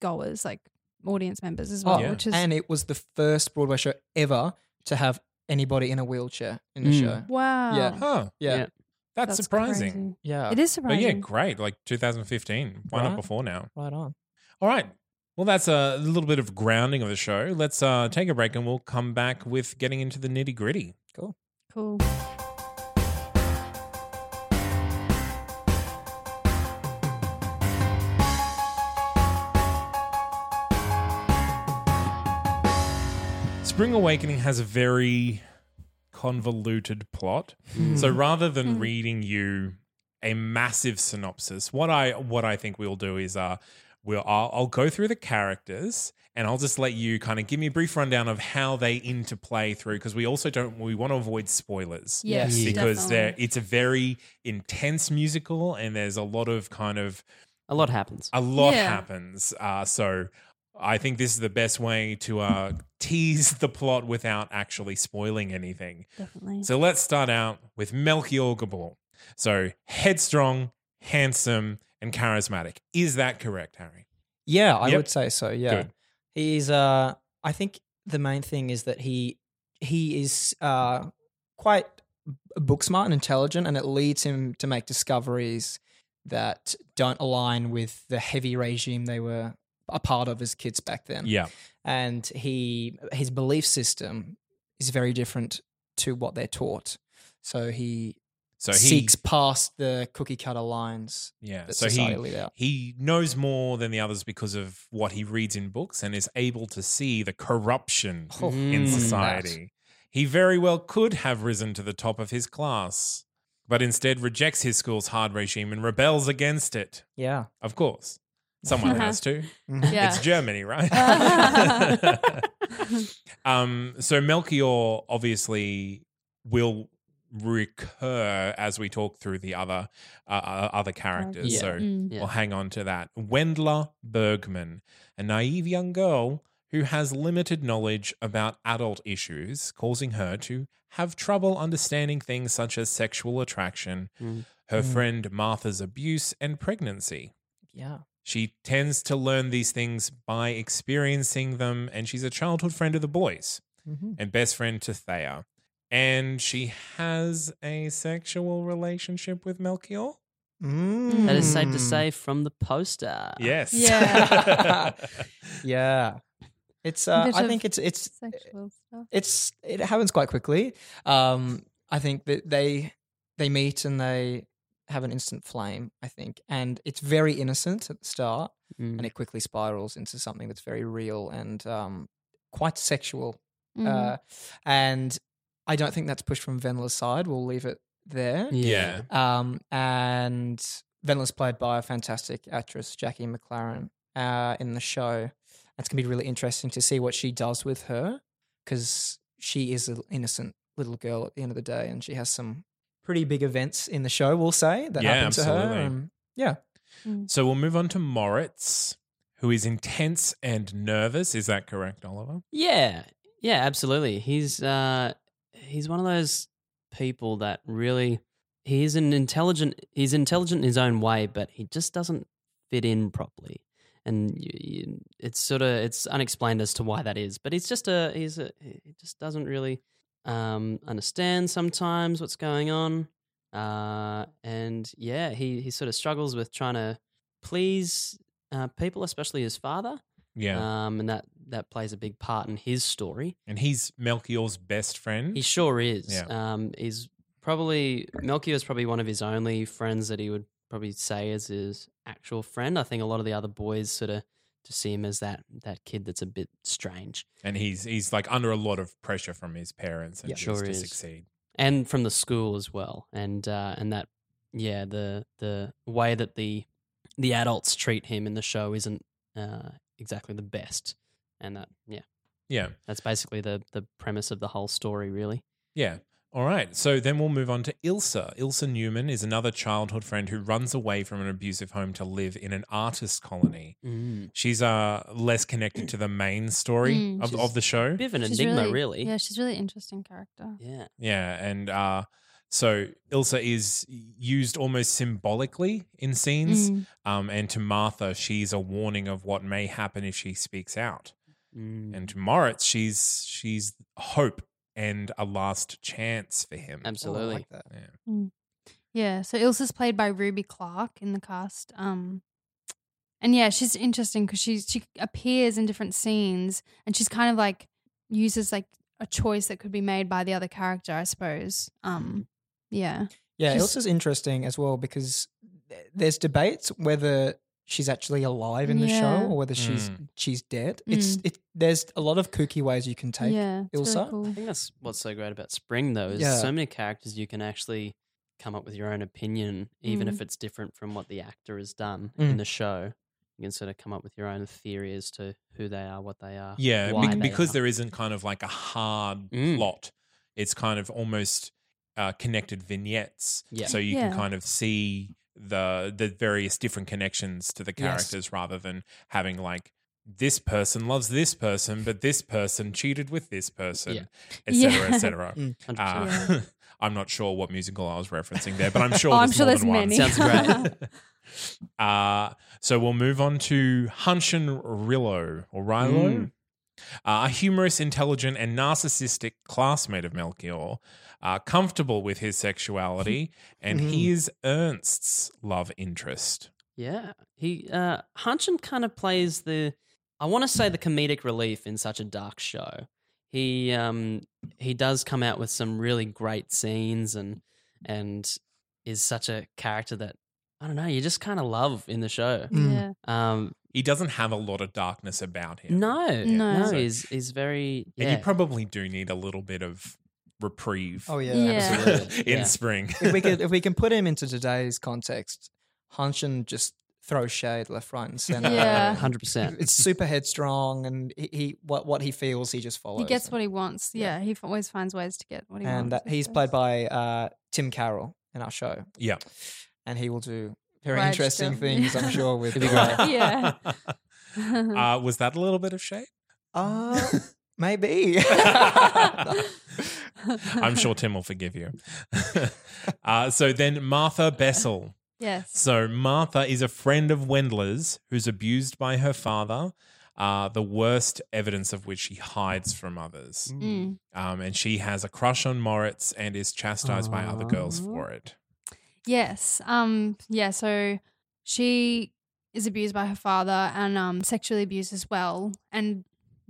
Speaker 2: goers, like audience members as
Speaker 4: Oh,
Speaker 2: well,
Speaker 1: Yeah.
Speaker 2: which is
Speaker 4: and it was the first Broadway show ever to have anybody in a wheelchair in the
Speaker 3: Mm.
Speaker 4: show.
Speaker 2: wow.
Speaker 1: Huh.
Speaker 4: Yeah,
Speaker 3: Yeah.
Speaker 1: Oh, That's, surprising. Uh,
Speaker 2: crazy.
Speaker 4: yeah,
Speaker 2: It is
Speaker 1: But yeah,
Speaker 2: surprising.
Speaker 1: great. Like 2015. Why not
Speaker 4: Right.
Speaker 1: before now?
Speaker 4: right on.
Speaker 1: All right. Well, that's a little bit of grounding of the show. Let's uh, take a break and we'll come back with getting into the nitty gritty.
Speaker 4: Cool.
Speaker 2: Cool.
Speaker 1: Spring Awakening has a very convoluted plot. So rather than reading you a massive synopsis, what I what I think we'll do is uh we'll I'll, I'll go through the characters and I'll just let you kind of give me a brief rundown of how they interplay through because we also don't we want to avoid spoilers
Speaker 2: Yes,
Speaker 4: Yes.
Speaker 1: because there
Speaker 2: definitely.
Speaker 1: it's a very intense musical and there's a lot of kind of
Speaker 3: A lot happens.
Speaker 1: a lot
Speaker 2: Yeah.
Speaker 1: happens. Uh, so I think this is the best way to uh, tease the plot without actually spoiling anything.
Speaker 2: definitely.
Speaker 1: So let's start out with Melchior Gabor. So headstrong, handsome, and charismatic. Is that correct, Harry?
Speaker 4: Yeah, I
Speaker 1: Yep.
Speaker 4: would say so. Yeah,
Speaker 1: Good.
Speaker 4: he's. Uh, I think the main thing is that he he is uh, quite b- book smart and intelligent, and it leads him to make discoveries that don't align with the heavy regime they were a part of as kids back then.
Speaker 1: Yeah.
Speaker 4: and he his belief system is very different to what they're taught. So he,
Speaker 1: So he
Speaker 4: seeks past the cookie cutter lines
Speaker 1: Yeah.
Speaker 4: that
Speaker 1: So
Speaker 4: society
Speaker 1: he
Speaker 4: laid out.
Speaker 1: he knows more than the others because of what he reads in books and is able to see the corruption
Speaker 4: Oh,
Speaker 1: in
Speaker 3: Mm.
Speaker 1: society. He very well could have risen to the top of his class, but instead rejects his school's hard regime and rebels against it.
Speaker 4: Yeah.
Speaker 1: Of course,
Speaker 3: [laughs]
Speaker 1: someone has to.
Speaker 2: [laughs] yeah. [laughs]
Speaker 1: It's Germany, right?
Speaker 3: [laughs]
Speaker 1: [laughs] um, so Melchior obviously will recur as we talk through the other uh, uh, other characters.
Speaker 3: Yeah.
Speaker 1: So
Speaker 2: Mm.
Speaker 3: Yeah.
Speaker 1: We'll hang on to that. Wendla Bergman, a naive young girl who has limited knowledge about adult issues, causing her to have trouble understanding things such as sexual attraction,
Speaker 3: Mm.
Speaker 1: her
Speaker 4: Mm.
Speaker 1: friend Martha's abuse, and pregnancy.
Speaker 4: Yeah.
Speaker 1: She tends to learn these things by experiencing them, and she's a childhood friend of the boys
Speaker 4: Mm-hmm.
Speaker 1: and best friend to Thea. And she has a sexual relationship with Melchior?
Speaker 3: That is
Speaker 4: Hmm. Mm.
Speaker 3: safe to say from the poster.
Speaker 1: Yes. [laughs]
Speaker 4: Yeah. Yeah, it's. Uh,
Speaker 2: Bit
Speaker 4: I
Speaker 2: of-
Speaker 4: think it's it's
Speaker 2: Sexual stuff.
Speaker 4: it's it happens quite quickly. Um, I think that they they meet and they have an instant flame. I think, and it's very innocent at the start,
Speaker 3: Mm.
Speaker 4: and it quickly spirals into something that's very real and um, quite sexual.
Speaker 2: Mm.
Speaker 4: Uh, and I don't think that's pushed from Venla's side. We'll leave it there.
Speaker 1: yeah.
Speaker 4: Um, and Venla's played by a fantastic actress, Jackie McLaren, uh, in the show. It's going to be really interesting to see what she does with her because she is an innocent little girl at the end of the day, and she has some pretty big events in the show. We'll say that
Speaker 1: Yeah,
Speaker 4: happened to her.
Speaker 1: absolutely.
Speaker 4: Um, yeah,
Speaker 1: So we'll move on to Moritz, who is intense and nervous. Is that correct, Oliver?
Speaker 3: Yeah, yeah, absolutely. He's uh, he's one of those people that really he is an intelligent. He's intelligent in his own way, but he just doesn't fit in properly, and you, you, it's sort of it's unexplained as to why that is. But he's just a he's a he just doesn't really um, understand sometimes what's going on, uh, and yeah, he he sort of struggles with trying to please uh, people, especially his father.
Speaker 1: Yeah.
Speaker 3: Um, and that that plays a big part in his story.
Speaker 1: and he's Melchior's best friend.
Speaker 3: He sure is.
Speaker 1: Mm-hmm. Yeah.
Speaker 3: Um, he's probably Melchior is probably one of his only friends that he would probably say is his actual friend. I think a lot of the other boys sort of just see him as that that kid that's a bit strange,
Speaker 1: and he's he's like under a lot of pressure from his parents and
Speaker 3: Yeah.
Speaker 1: sure
Speaker 3: Sure
Speaker 1: to
Speaker 3: is.
Speaker 1: succeed.
Speaker 3: and from the school as well. And uh, and that yeah, the the way that the the adults treat him in the show isn't uh, exactly the best. And that yeah,
Speaker 1: Yeah.
Speaker 3: that's basically the the premise of the whole story, really.
Speaker 1: Yeah. All right. So then we'll move on to Ilsa. Ilsa Newman is another childhood friend who runs away from an abusive home to live in an artist colony. She's uh less connected to the main story
Speaker 2: Mm.
Speaker 1: of,
Speaker 3: She's
Speaker 1: of the show.
Speaker 3: bit of an enigma, really.
Speaker 2: Yeah, she's really interesting character.
Speaker 3: Yeah.
Speaker 1: Yeah, and uh, so Ilsa is used almost symbolically in scenes,
Speaker 2: Mm.
Speaker 1: um, and to Martha, she's a warning of what may happen if she speaks out, and to Moritz, she's she's hope and a last chance for him.
Speaker 4: Oh, I
Speaker 3: Absolutely.
Speaker 4: like that.
Speaker 1: Yeah.
Speaker 2: Yeah, so Ilsa's played by Ruby Clark in the cast. Um, and yeah, she's interesting because she she appears in different scenes, and she's kind of like uses like a choice that could be made by the other character, I suppose.
Speaker 1: Mm.
Speaker 2: Um, yeah,
Speaker 4: Yeah,
Speaker 2: She's-
Speaker 4: Ilsa's interesting as well because th- there's debates whether she's actually alive in the
Speaker 2: Yeah. Mm.
Speaker 4: show or whether she's
Speaker 1: Mm.
Speaker 4: she's dead. It's it. There's a lot of kooky ways you can take.
Speaker 2: yeah, it's really
Speaker 4: Ilsa?
Speaker 3: I
Speaker 2: cool.
Speaker 3: think that's what's so great about Spring, though, is
Speaker 4: Yeah.
Speaker 3: so many characters you can actually come up with your own opinion, even
Speaker 2: Mm.
Speaker 3: if it's different from what the actor has done
Speaker 4: Mm.
Speaker 3: in the show. You can sort of come up with your own theory as to who they are, what they are.
Speaker 1: Yeah,
Speaker 3: Uh, why
Speaker 1: bec-
Speaker 3: they
Speaker 1: because
Speaker 3: are.
Speaker 1: there isn't kind of like a hard
Speaker 3: Mm.
Speaker 1: plot. It's kind of almost uh, connected vignettes,
Speaker 3: Yeah.
Speaker 1: so you
Speaker 2: Yeah.
Speaker 1: can kind of see the the various different connections to the
Speaker 4: Yes.
Speaker 1: characters rather than having like this person loves this person, but this person cheated with this person,
Speaker 2: Yeah.
Speaker 1: etc.,
Speaker 2: Yeah.
Speaker 1: etc.
Speaker 4: Mm.
Speaker 3: 100%.
Speaker 1: Uh, [laughs] I'm not sure what musical I was referencing there, but I'm sure
Speaker 2: Oh, I'm
Speaker 1: there's
Speaker 2: sure
Speaker 1: more
Speaker 2: there's
Speaker 1: than
Speaker 2: many.
Speaker 1: one.
Speaker 3: Sounds
Speaker 1: great. [laughs] uh, so we'll move on to Hunshin Rillo or Rilo.
Speaker 3: Mm.
Speaker 1: Uh, a humorous, intelligent, and narcissistic classmate of Melchior, uh, comfortable with his sexuality, and he is Ernst's love interest.
Speaker 3: Yeah, he uh Hanchen kind of plays the I want to say the comedic relief in such a dark show. He um he does come out with some really great scenes and and is such a character that I don't know, you just kind of love in the show.
Speaker 4: Mm.
Speaker 2: Yeah,
Speaker 3: Um
Speaker 1: He doesn't have a lot of darkness about him.
Speaker 3: no,
Speaker 1: Yeah,
Speaker 3: no,
Speaker 2: No.
Speaker 1: so-
Speaker 3: he's he's very
Speaker 1: and
Speaker 3: yeah.
Speaker 1: you probably do need a little bit of reprieve [laughs]
Speaker 4: Oh yeah.
Speaker 2: Yeah.
Speaker 3: Absolutely.
Speaker 1: in
Speaker 3: Yeah.
Speaker 1: spring.
Speaker 4: if we could, if we can put him into today's context, Hanshin just throws shade left, right, and center.
Speaker 2: Yeah.
Speaker 3: 100%.
Speaker 4: [laughs] It's super headstrong, and he, he what what he feels, he just follows.
Speaker 2: he gets what he wants. Yeah, he f- always finds ways to get what he
Speaker 4: and
Speaker 2: wants.
Speaker 4: that he's played by uh, Tim Carroll in our show.
Speaker 1: Yeah.
Speaker 4: and he will do very
Speaker 2: Right
Speaker 4: interesting
Speaker 2: stuff.
Speaker 4: things, I'm
Speaker 2: Yeah.
Speaker 4: sure.
Speaker 3: [laughs]
Speaker 4: With
Speaker 3: It'd be
Speaker 4: uh,
Speaker 3: great.
Speaker 2: [laughs] Yeah. by.
Speaker 1: [laughs] Uh, was that a little bit of
Speaker 2: [laughs]
Speaker 1: shade?
Speaker 4: Uh, maybe. [laughs]
Speaker 1: I'm sure Tim will forgive you. [laughs] uh, so then Martha Bessel.
Speaker 2: [laughs] yes.
Speaker 1: So Martha is a friend of Wendler's who's abused by her father, uh, the worst evidence of which she hides from others.
Speaker 2: Mm.
Speaker 1: Um, and she has a crush on Moritz and is chastised by other girls
Speaker 3: Aw.
Speaker 1: for it.
Speaker 2: Yes. Um. Yeah. So she is abused by her father and um sexually abused as well. And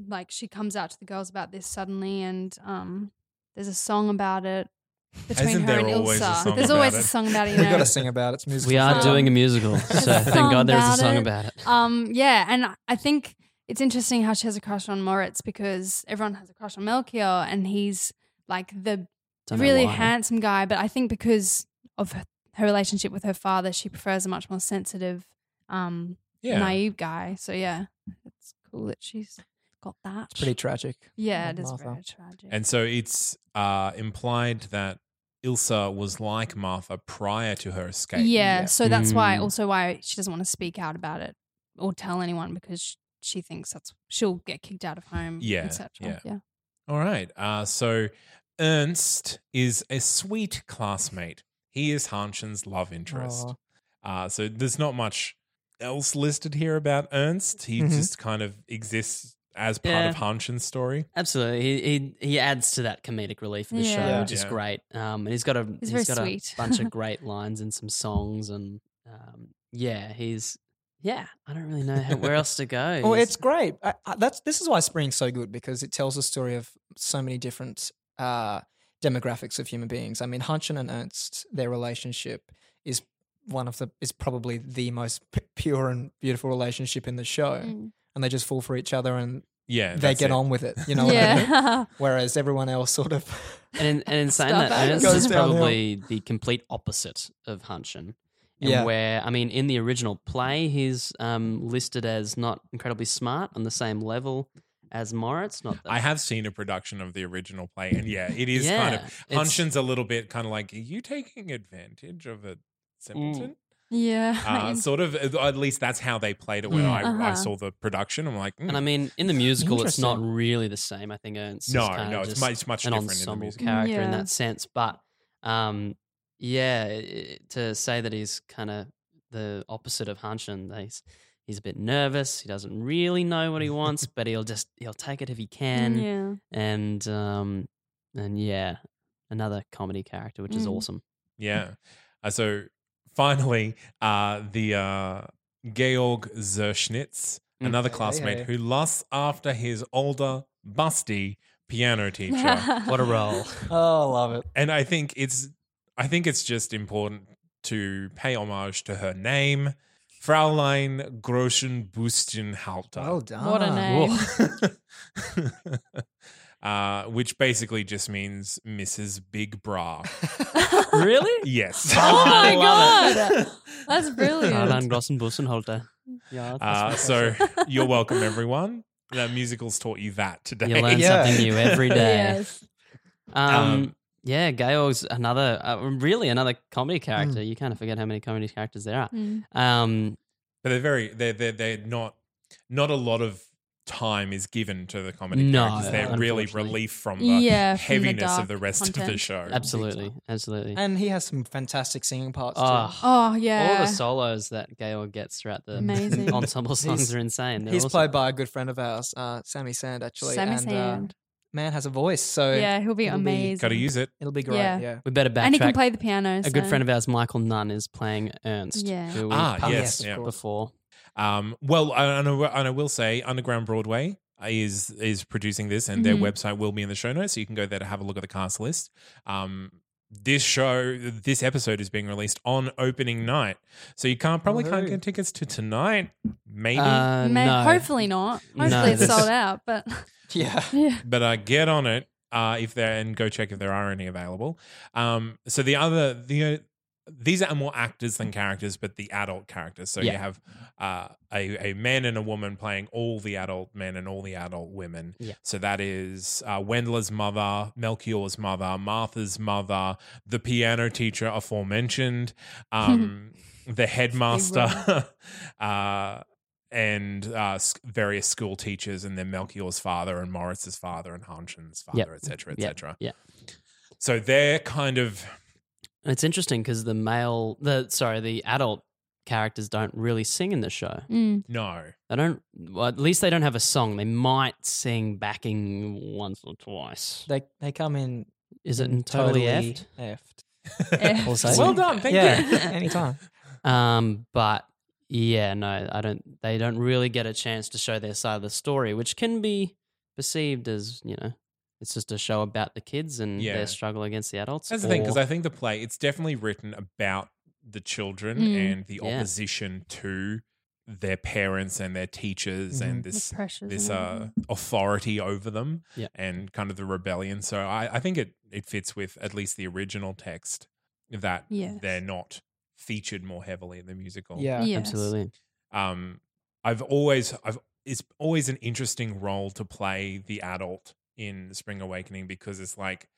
Speaker 2: like she comes out to the girls about this suddenly, and um, there's a song about it between
Speaker 1: Isn't
Speaker 2: her
Speaker 1: there
Speaker 2: and
Speaker 1: always a
Speaker 2: Ilsa.
Speaker 1: song
Speaker 2: There's
Speaker 1: about
Speaker 2: always
Speaker 1: it?
Speaker 2: a song
Speaker 4: [laughs]
Speaker 2: about it.
Speaker 4: we
Speaker 2: You know?
Speaker 4: got to sing about it. It's musical.
Speaker 3: We are
Speaker 2: Um,
Speaker 3: doing a musical,
Speaker 2: there's
Speaker 3: so
Speaker 2: a
Speaker 3: thank
Speaker 2: song
Speaker 3: God there is
Speaker 2: about
Speaker 3: a song
Speaker 2: it.
Speaker 3: about it.
Speaker 2: um. Yeah. And I- I think it's interesting how she has a crush on Moritz because everyone has a crush on Melchior, and he's like the
Speaker 3: Don't know
Speaker 2: really
Speaker 3: why.
Speaker 2: handsome guy, but I think because of her, her relationship with her father, she prefers a much more sensitive, um,
Speaker 1: Yeah.
Speaker 2: naive guy. So yeah, it's cool that she's got that.
Speaker 4: It's pretty tragic.
Speaker 2: yeah,
Speaker 4: Love
Speaker 2: it is
Speaker 4: Martha.
Speaker 2: very tragic.
Speaker 1: And so it's uh, implied that Ilsa was like Martha prior to her escape.
Speaker 2: yeah,
Speaker 4: yeah.
Speaker 2: so that's why
Speaker 3: Mm.
Speaker 2: also why she doesn't want to speak out about it or tell anyone because sh- she thinks that's she'll get kicked out of home.
Speaker 1: Yeah,
Speaker 2: etc.
Speaker 1: yeah.
Speaker 2: Yeah.
Speaker 1: All right. Uh, so Ernst is a sweet classmate. He is Hanshen's love interest.
Speaker 4: Aw.
Speaker 1: Uh, so there's not much else listed here about Ernst. He
Speaker 4: Mhm.
Speaker 1: just kind of exists as part of
Speaker 3: Mm-hmm. Yeah.
Speaker 1: Hanshen's story.
Speaker 3: Absolutely, he he, he adds to that comedic relief of the show,
Speaker 2: Yeah.
Speaker 3: which is
Speaker 1: Yeah.
Speaker 3: great. Um, and he's got a
Speaker 2: He's
Speaker 3: he's
Speaker 2: very
Speaker 3: got
Speaker 2: sweet.
Speaker 3: a bunch
Speaker 2: [laughs]
Speaker 3: of great lines and some songs, and um, yeah, he's yeah. I don't really know how, where else to go.
Speaker 4: [laughs] Well,
Speaker 3: He's-
Speaker 4: Oh, it's great. I, I, that's this is why spring's so good because it tells the story of so many different uh, demographics of human beings. I mean, Hunchin and Ernst, their relationship is one of the is probably the most p- pure and beautiful relationship in the show,
Speaker 2: Mm.
Speaker 4: and they just fall for each other and
Speaker 1: Yeah.
Speaker 4: they
Speaker 1: that's
Speaker 4: get
Speaker 1: it.
Speaker 4: on with it.
Speaker 2: [laughs]
Speaker 4: You know, what I mean?
Speaker 2: yeah.
Speaker 4: Whereas everyone else sort of [laughs]
Speaker 3: and in, and in saying that,
Speaker 2: Stop that.
Speaker 3: Ernst
Speaker 4: Goes
Speaker 3: is
Speaker 4: downhill.
Speaker 3: probably the complete opposite of Hunshin. And
Speaker 4: Yeah.
Speaker 3: where I mean, in the original play, he's um, listed as not incredibly smart on the same level as Moritz. Not that
Speaker 1: I have seen a production of the original play, and yeah, it is kind
Speaker 3: Yeah,
Speaker 1: of
Speaker 3: it's-
Speaker 1: Hanshen's a little bit kind of like, are you taking advantage of a
Speaker 3: Mm,
Speaker 1: simpleton?
Speaker 2: Yeah. [laughs]
Speaker 1: Uh, sort of, at least that's how they played it when
Speaker 4: Mm.
Speaker 1: I, I
Speaker 2: Uh-huh.
Speaker 1: saw the production. I'm like,
Speaker 3: And I
Speaker 1: mm,
Speaker 3: mean, in the musical, it's not
Speaker 4: Interesting.
Speaker 3: really the same. I think Ernst. is
Speaker 1: no,
Speaker 3: kinda
Speaker 1: no, it's
Speaker 3: just
Speaker 1: much, it's much
Speaker 3: an
Speaker 1: different in the
Speaker 3: ensemble
Speaker 1: music.
Speaker 3: character in
Speaker 2: Yeah.
Speaker 3: that sense. But um, yeah, i- to say that he's kind of the opposite of Hanshin, that he's he's a bit nervous. He doesn't really
Speaker 1: [laughs]
Speaker 3: know what he wants, but he'll just he'll take it if he can.
Speaker 2: yeah.
Speaker 3: And um, and yeah, another comedy character, which is
Speaker 2: Mm.
Speaker 3: awesome.
Speaker 1: [laughs] Yeah. Uh, so finally, uh, the uh, Georg Zerschnitz,
Speaker 3: Mm.
Speaker 1: another
Speaker 4: Hey, hey,
Speaker 1: classmate
Speaker 4: hey.
Speaker 1: who lusts after his older, busty piano
Speaker 2: [laughs]
Speaker 1: teacher.
Speaker 3: What a role!
Speaker 4: oh, love it.
Speaker 1: and I think it's, I think it's just important to pay homage to her name, Fraulein Groschenbustenhalter.
Speaker 4: Well done.
Speaker 2: What a
Speaker 4: [laughs]
Speaker 2: name.
Speaker 1: [laughs] uh, which basically just means Mrs. Big Bra.
Speaker 3: really?
Speaker 1: Yes.
Speaker 2: Oh my
Speaker 3: Love
Speaker 2: god. That's brilliant.
Speaker 3: Alan Grossenbussenholter. Yeah,
Speaker 1: Uh, [laughs] so you're
Speaker 2: [laughs]
Speaker 1: welcome, everyone. That musicals taught you that today. [laughs]
Speaker 3: you learn
Speaker 4: Yeah.
Speaker 3: something new
Speaker 2: [laughs]
Speaker 3: every day.
Speaker 2: Yes.
Speaker 3: Um,
Speaker 1: Um,
Speaker 3: yeah, Georg's another, uh, really another comedy
Speaker 2: Hmm.
Speaker 3: character. You kind of forget how many comedy characters there are.
Speaker 2: Mm.
Speaker 3: Um,
Speaker 1: But they're very they're they're they're not not a lot of time is given to the comedy
Speaker 3: No,
Speaker 1: characters. They're really
Speaker 3: unfortunately.
Speaker 1: relief from the
Speaker 2: Yeah, from the
Speaker 1: heaviness of
Speaker 2: dark
Speaker 1: the rest of the
Speaker 2: content.
Speaker 1: show.
Speaker 3: absolutely, absolutely.
Speaker 4: And he has some fantastic singing parts. too.
Speaker 3: Oh,
Speaker 2: Oh
Speaker 3: all the
Speaker 2: yeah.
Speaker 3: solos that Georg gets throughout the [laughs]
Speaker 2: Amazing.
Speaker 3: ensemble songs
Speaker 4: He's-
Speaker 3: are insane. They're
Speaker 4: He's
Speaker 3: awesome.
Speaker 4: played by a good friend of ours, uh, Sammy Sand, actually.
Speaker 2: Sammy
Speaker 4: and, uh,
Speaker 2: Sand.
Speaker 4: man has a voice, so
Speaker 2: yeah, he'll uh, be
Speaker 4: it'll be-
Speaker 2: amazing.
Speaker 1: Gotta use it.
Speaker 4: it'll be great. Yeah.
Speaker 2: Yeah.
Speaker 3: [laughs] We better backtrack.
Speaker 2: and he can play the piano.
Speaker 3: a good friend of ours, Michael Nunn, is playing Ernst.
Speaker 2: Yeah.
Speaker 3: who we
Speaker 1: Ah,
Speaker 3: passed
Speaker 1: yes.
Speaker 4: Yes, of
Speaker 1: yeah.
Speaker 4: course.
Speaker 3: before.
Speaker 1: Um, well, I- and I, will- and I will say, Underground Broadway is is producing this, and
Speaker 2: Mhm.
Speaker 1: their website will be in the show notes, so you can go there to have a look at the cast list. Um, this show, this episode is being released on opening night, so you can't probably can't
Speaker 4: Woohoo.
Speaker 1: get tickets to tonight, maybe.
Speaker 3: Uh,
Speaker 2: May-
Speaker 3: no.
Speaker 2: Hopefully not.
Speaker 3: No,
Speaker 2: Hopefully it's
Speaker 3: this-
Speaker 2: sold out. But [laughs]
Speaker 4: Yeah.
Speaker 2: yeah.
Speaker 1: but uh, get on it uh, if there and go check if there are any available. Um, so the other the uh, these are more actors than characters, but the adult characters. So you
Speaker 3: Yeah.
Speaker 1: have uh, a a man and a woman playing all the adult men and all the adult women.
Speaker 3: Yeah.
Speaker 1: So that is uh, Wendla's mother, Melchior's mother, Martha's mother, the piano teacher aforementioned,
Speaker 3: [laughs]
Speaker 1: um, the headmaster, [laughs] uh, and uh, s- various school teachers, and then Melchior's father and Morris's father and Hanshin's
Speaker 3: Yep.
Speaker 1: father, etc., et cetera, et
Speaker 3: Yep.
Speaker 1: cetera.
Speaker 3: Yeah.
Speaker 1: So they're kind of
Speaker 3: And it's interesting because the male, the sorry, the adult characters don't really sing in the show.
Speaker 2: Mm.
Speaker 1: no.
Speaker 3: They don't. Well, at least they don't have a song. They might sing backing once or twice.
Speaker 4: They they come in.
Speaker 3: Is it
Speaker 4: in
Speaker 3: in totally, effed?
Speaker 2: Yeah.
Speaker 3: Also-
Speaker 1: well done, thank
Speaker 4: yeah.
Speaker 2: [laughs]
Speaker 1: you.
Speaker 4: Anytime.
Speaker 3: Um, but yeah, no, I don't. They don't really get a chance to show their side of the story, which can be perceived as you know, it's just a show about the kids and
Speaker 1: Yeah.
Speaker 3: their struggle against the adults.
Speaker 1: That's the thing because
Speaker 3: or-
Speaker 1: I think the play it's definitely written about the children
Speaker 2: Mm.
Speaker 1: and the
Speaker 3: Yeah.
Speaker 1: opposition to their parents and their teachers and
Speaker 2: The
Speaker 1: this
Speaker 2: pressures.
Speaker 1: this
Speaker 2: and
Speaker 1: uh,
Speaker 2: everything.
Speaker 1: authority over them
Speaker 3: Yeah.
Speaker 1: and kind of the rebellion. So I, I think it it fits with at least the original text that
Speaker 2: Yes.
Speaker 1: they're not featured more heavily in the musical.
Speaker 4: Yeah.
Speaker 2: Yes.
Speaker 3: absolutely.
Speaker 1: Um, I've always I've it's always an interesting role to play the adult in Spring Awakening because it's like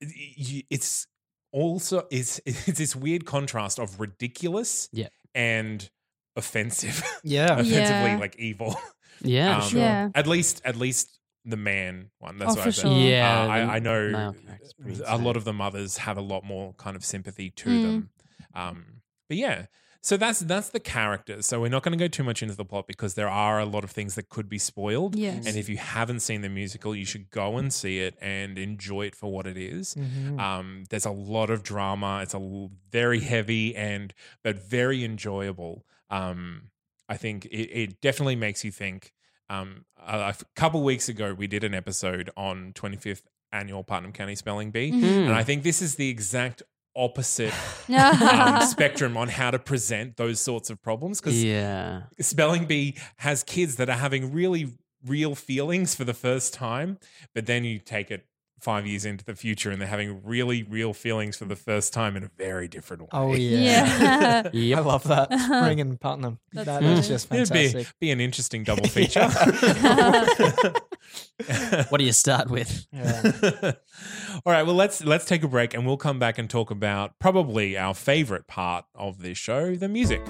Speaker 1: y- it's also it's [laughs] it's this weird contrast of ridiculous
Speaker 3: Yeah.
Speaker 1: and offensive [laughs]
Speaker 4: Yeah.
Speaker 1: offensively
Speaker 2: Yeah.
Speaker 1: like evil
Speaker 3: Yeah,
Speaker 1: Um,
Speaker 3: sure.
Speaker 2: Yeah.
Speaker 1: at least at least the man one
Speaker 2: Oh,
Speaker 1: that's what
Speaker 2: for
Speaker 1: I said.
Speaker 2: sure.
Speaker 3: Yeah,
Speaker 1: Uh,
Speaker 3: the
Speaker 1: I, I know
Speaker 3: male character's pretty
Speaker 1: a
Speaker 3: insane.
Speaker 1: lot of the mothers have a lot more kind of sympathy to
Speaker 2: Mm.
Speaker 1: them. Um, but yeah, so that's that's the characters. So we're not going to go too much into the plot because there are a lot of things that could be spoiled.
Speaker 2: Yes.
Speaker 1: And if you haven't seen the musical, you should go and see it and enjoy it for what it is. [laughs]
Speaker 4: Mhm.
Speaker 1: Um, there's a lot of drama. It's a l- very heavy and but very enjoyable. Um, I think it, it definitely makes you think. Um, a, a f- couple weeks ago, we did an episode on 25th annual Putnam County Spelling Bee,
Speaker 2: [laughs] Mhm.
Speaker 1: [laughs]
Speaker 3: Hmm.
Speaker 1: and I think this is the exact opposite um,
Speaker 2: [laughs] Yeah.
Speaker 1: spectrum on how to present those sorts of problems because
Speaker 3: yeah.
Speaker 1: spelling bee has kids that are having really real feelings for the first time but then you take it five years into the future and they're having really real feelings for the first time in a very different way
Speaker 4: Oh
Speaker 2: Yeah.
Speaker 4: yeah. [laughs]
Speaker 2: [laughs]
Speaker 3: Yep.
Speaker 4: I love that. Spring and Putnam.
Speaker 2: That's
Speaker 4: that
Speaker 3: funny.
Speaker 4: is just
Speaker 1: it'd be,
Speaker 4: fantastic.
Speaker 1: [laughs] be an
Speaker 4: [laughs]
Speaker 1: interesting double feature
Speaker 3: What do you start with?
Speaker 4: Yeah.
Speaker 1: [laughs] All right, well let's let's take a break and we'll come back and talk about probably our favorite part of this show, the music.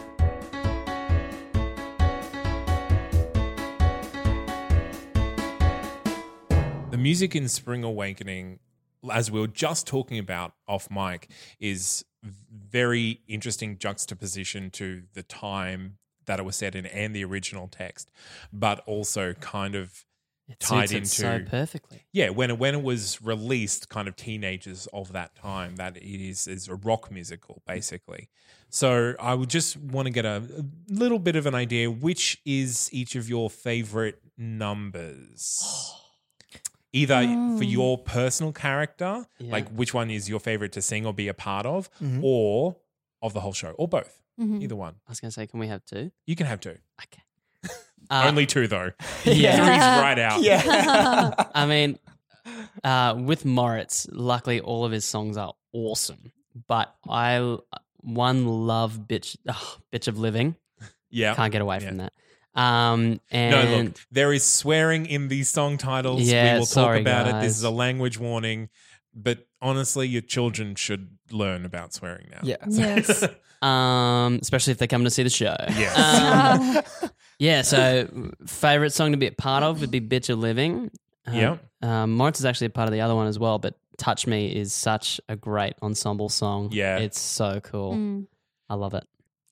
Speaker 1: The music in Spring Awakening, as we were just talking about off mic, is very interesting juxtaposition to the time that it was set in and the original text, but also kind of
Speaker 3: It
Speaker 1: Tied
Speaker 3: suits it so
Speaker 1: into-
Speaker 3: perfectly.
Speaker 1: yeah, when it, when it was released, kind of teenagers of that time, that it is is a rock musical basically. So I would just want to get a, a little bit of an idea which is each of your favorite
Speaker 3: [gasps]
Speaker 1: numbers, either for your personal character,
Speaker 3: Hmm. Yeah. Mm-hmm.
Speaker 1: like which one is your favorite to sing or be a part of,
Speaker 4: Mhm.
Speaker 1: or of the whole show, or both,
Speaker 2: Mhm.
Speaker 1: either one.
Speaker 3: I was going to say, can we have two?
Speaker 1: You can have two,
Speaker 3: Okay.
Speaker 1: [laughs]
Speaker 3: Uh, [laughs]
Speaker 1: only two though.
Speaker 3: Yeah.
Speaker 1: Three's right out.
Speaker 2: [laughs]
Speaker 4: [laughs] Yeah.
Speaker 3: I mean, uh, with Moritz, luckily all of his songs are awesome. But I one love bitch, oh, bitch of living.
Speaker 1: yeah.
Speaker 3: Can't get away
Speaker 1: Yeah.
Speaker 3: from that. Um, and
Speaker 1: No, look, there is swearing in these song titles.
Speaker 3: Yeah,
Speaker 1: we will
Speaker 3: sorry,
Speaker 1: talk about it.
Speaker 3: guys.
Speaker 1: This is a language warning, but honestly, your children should learn about swearing now. [laughs]
Speaker 4: Yeah.
Speaker 2: Yes.
Speaker 3: um, especially if they come to see the show.
Speaker 1: Yes.
Speaker 2: [laughs]
Speaker 3: Um, yeah. So favorite song to be a part of would be bitch of living. Uh,
Speaker 1: Yeah.
Speaker 3: Um, Moritz is actually a part of the other one as well, but Touch Me is such a great ensemble song.
Speaker 1: Yeah.
Speaker 3: It's so cool.
Speaker 2: Mm.
Speaker 3: I love it.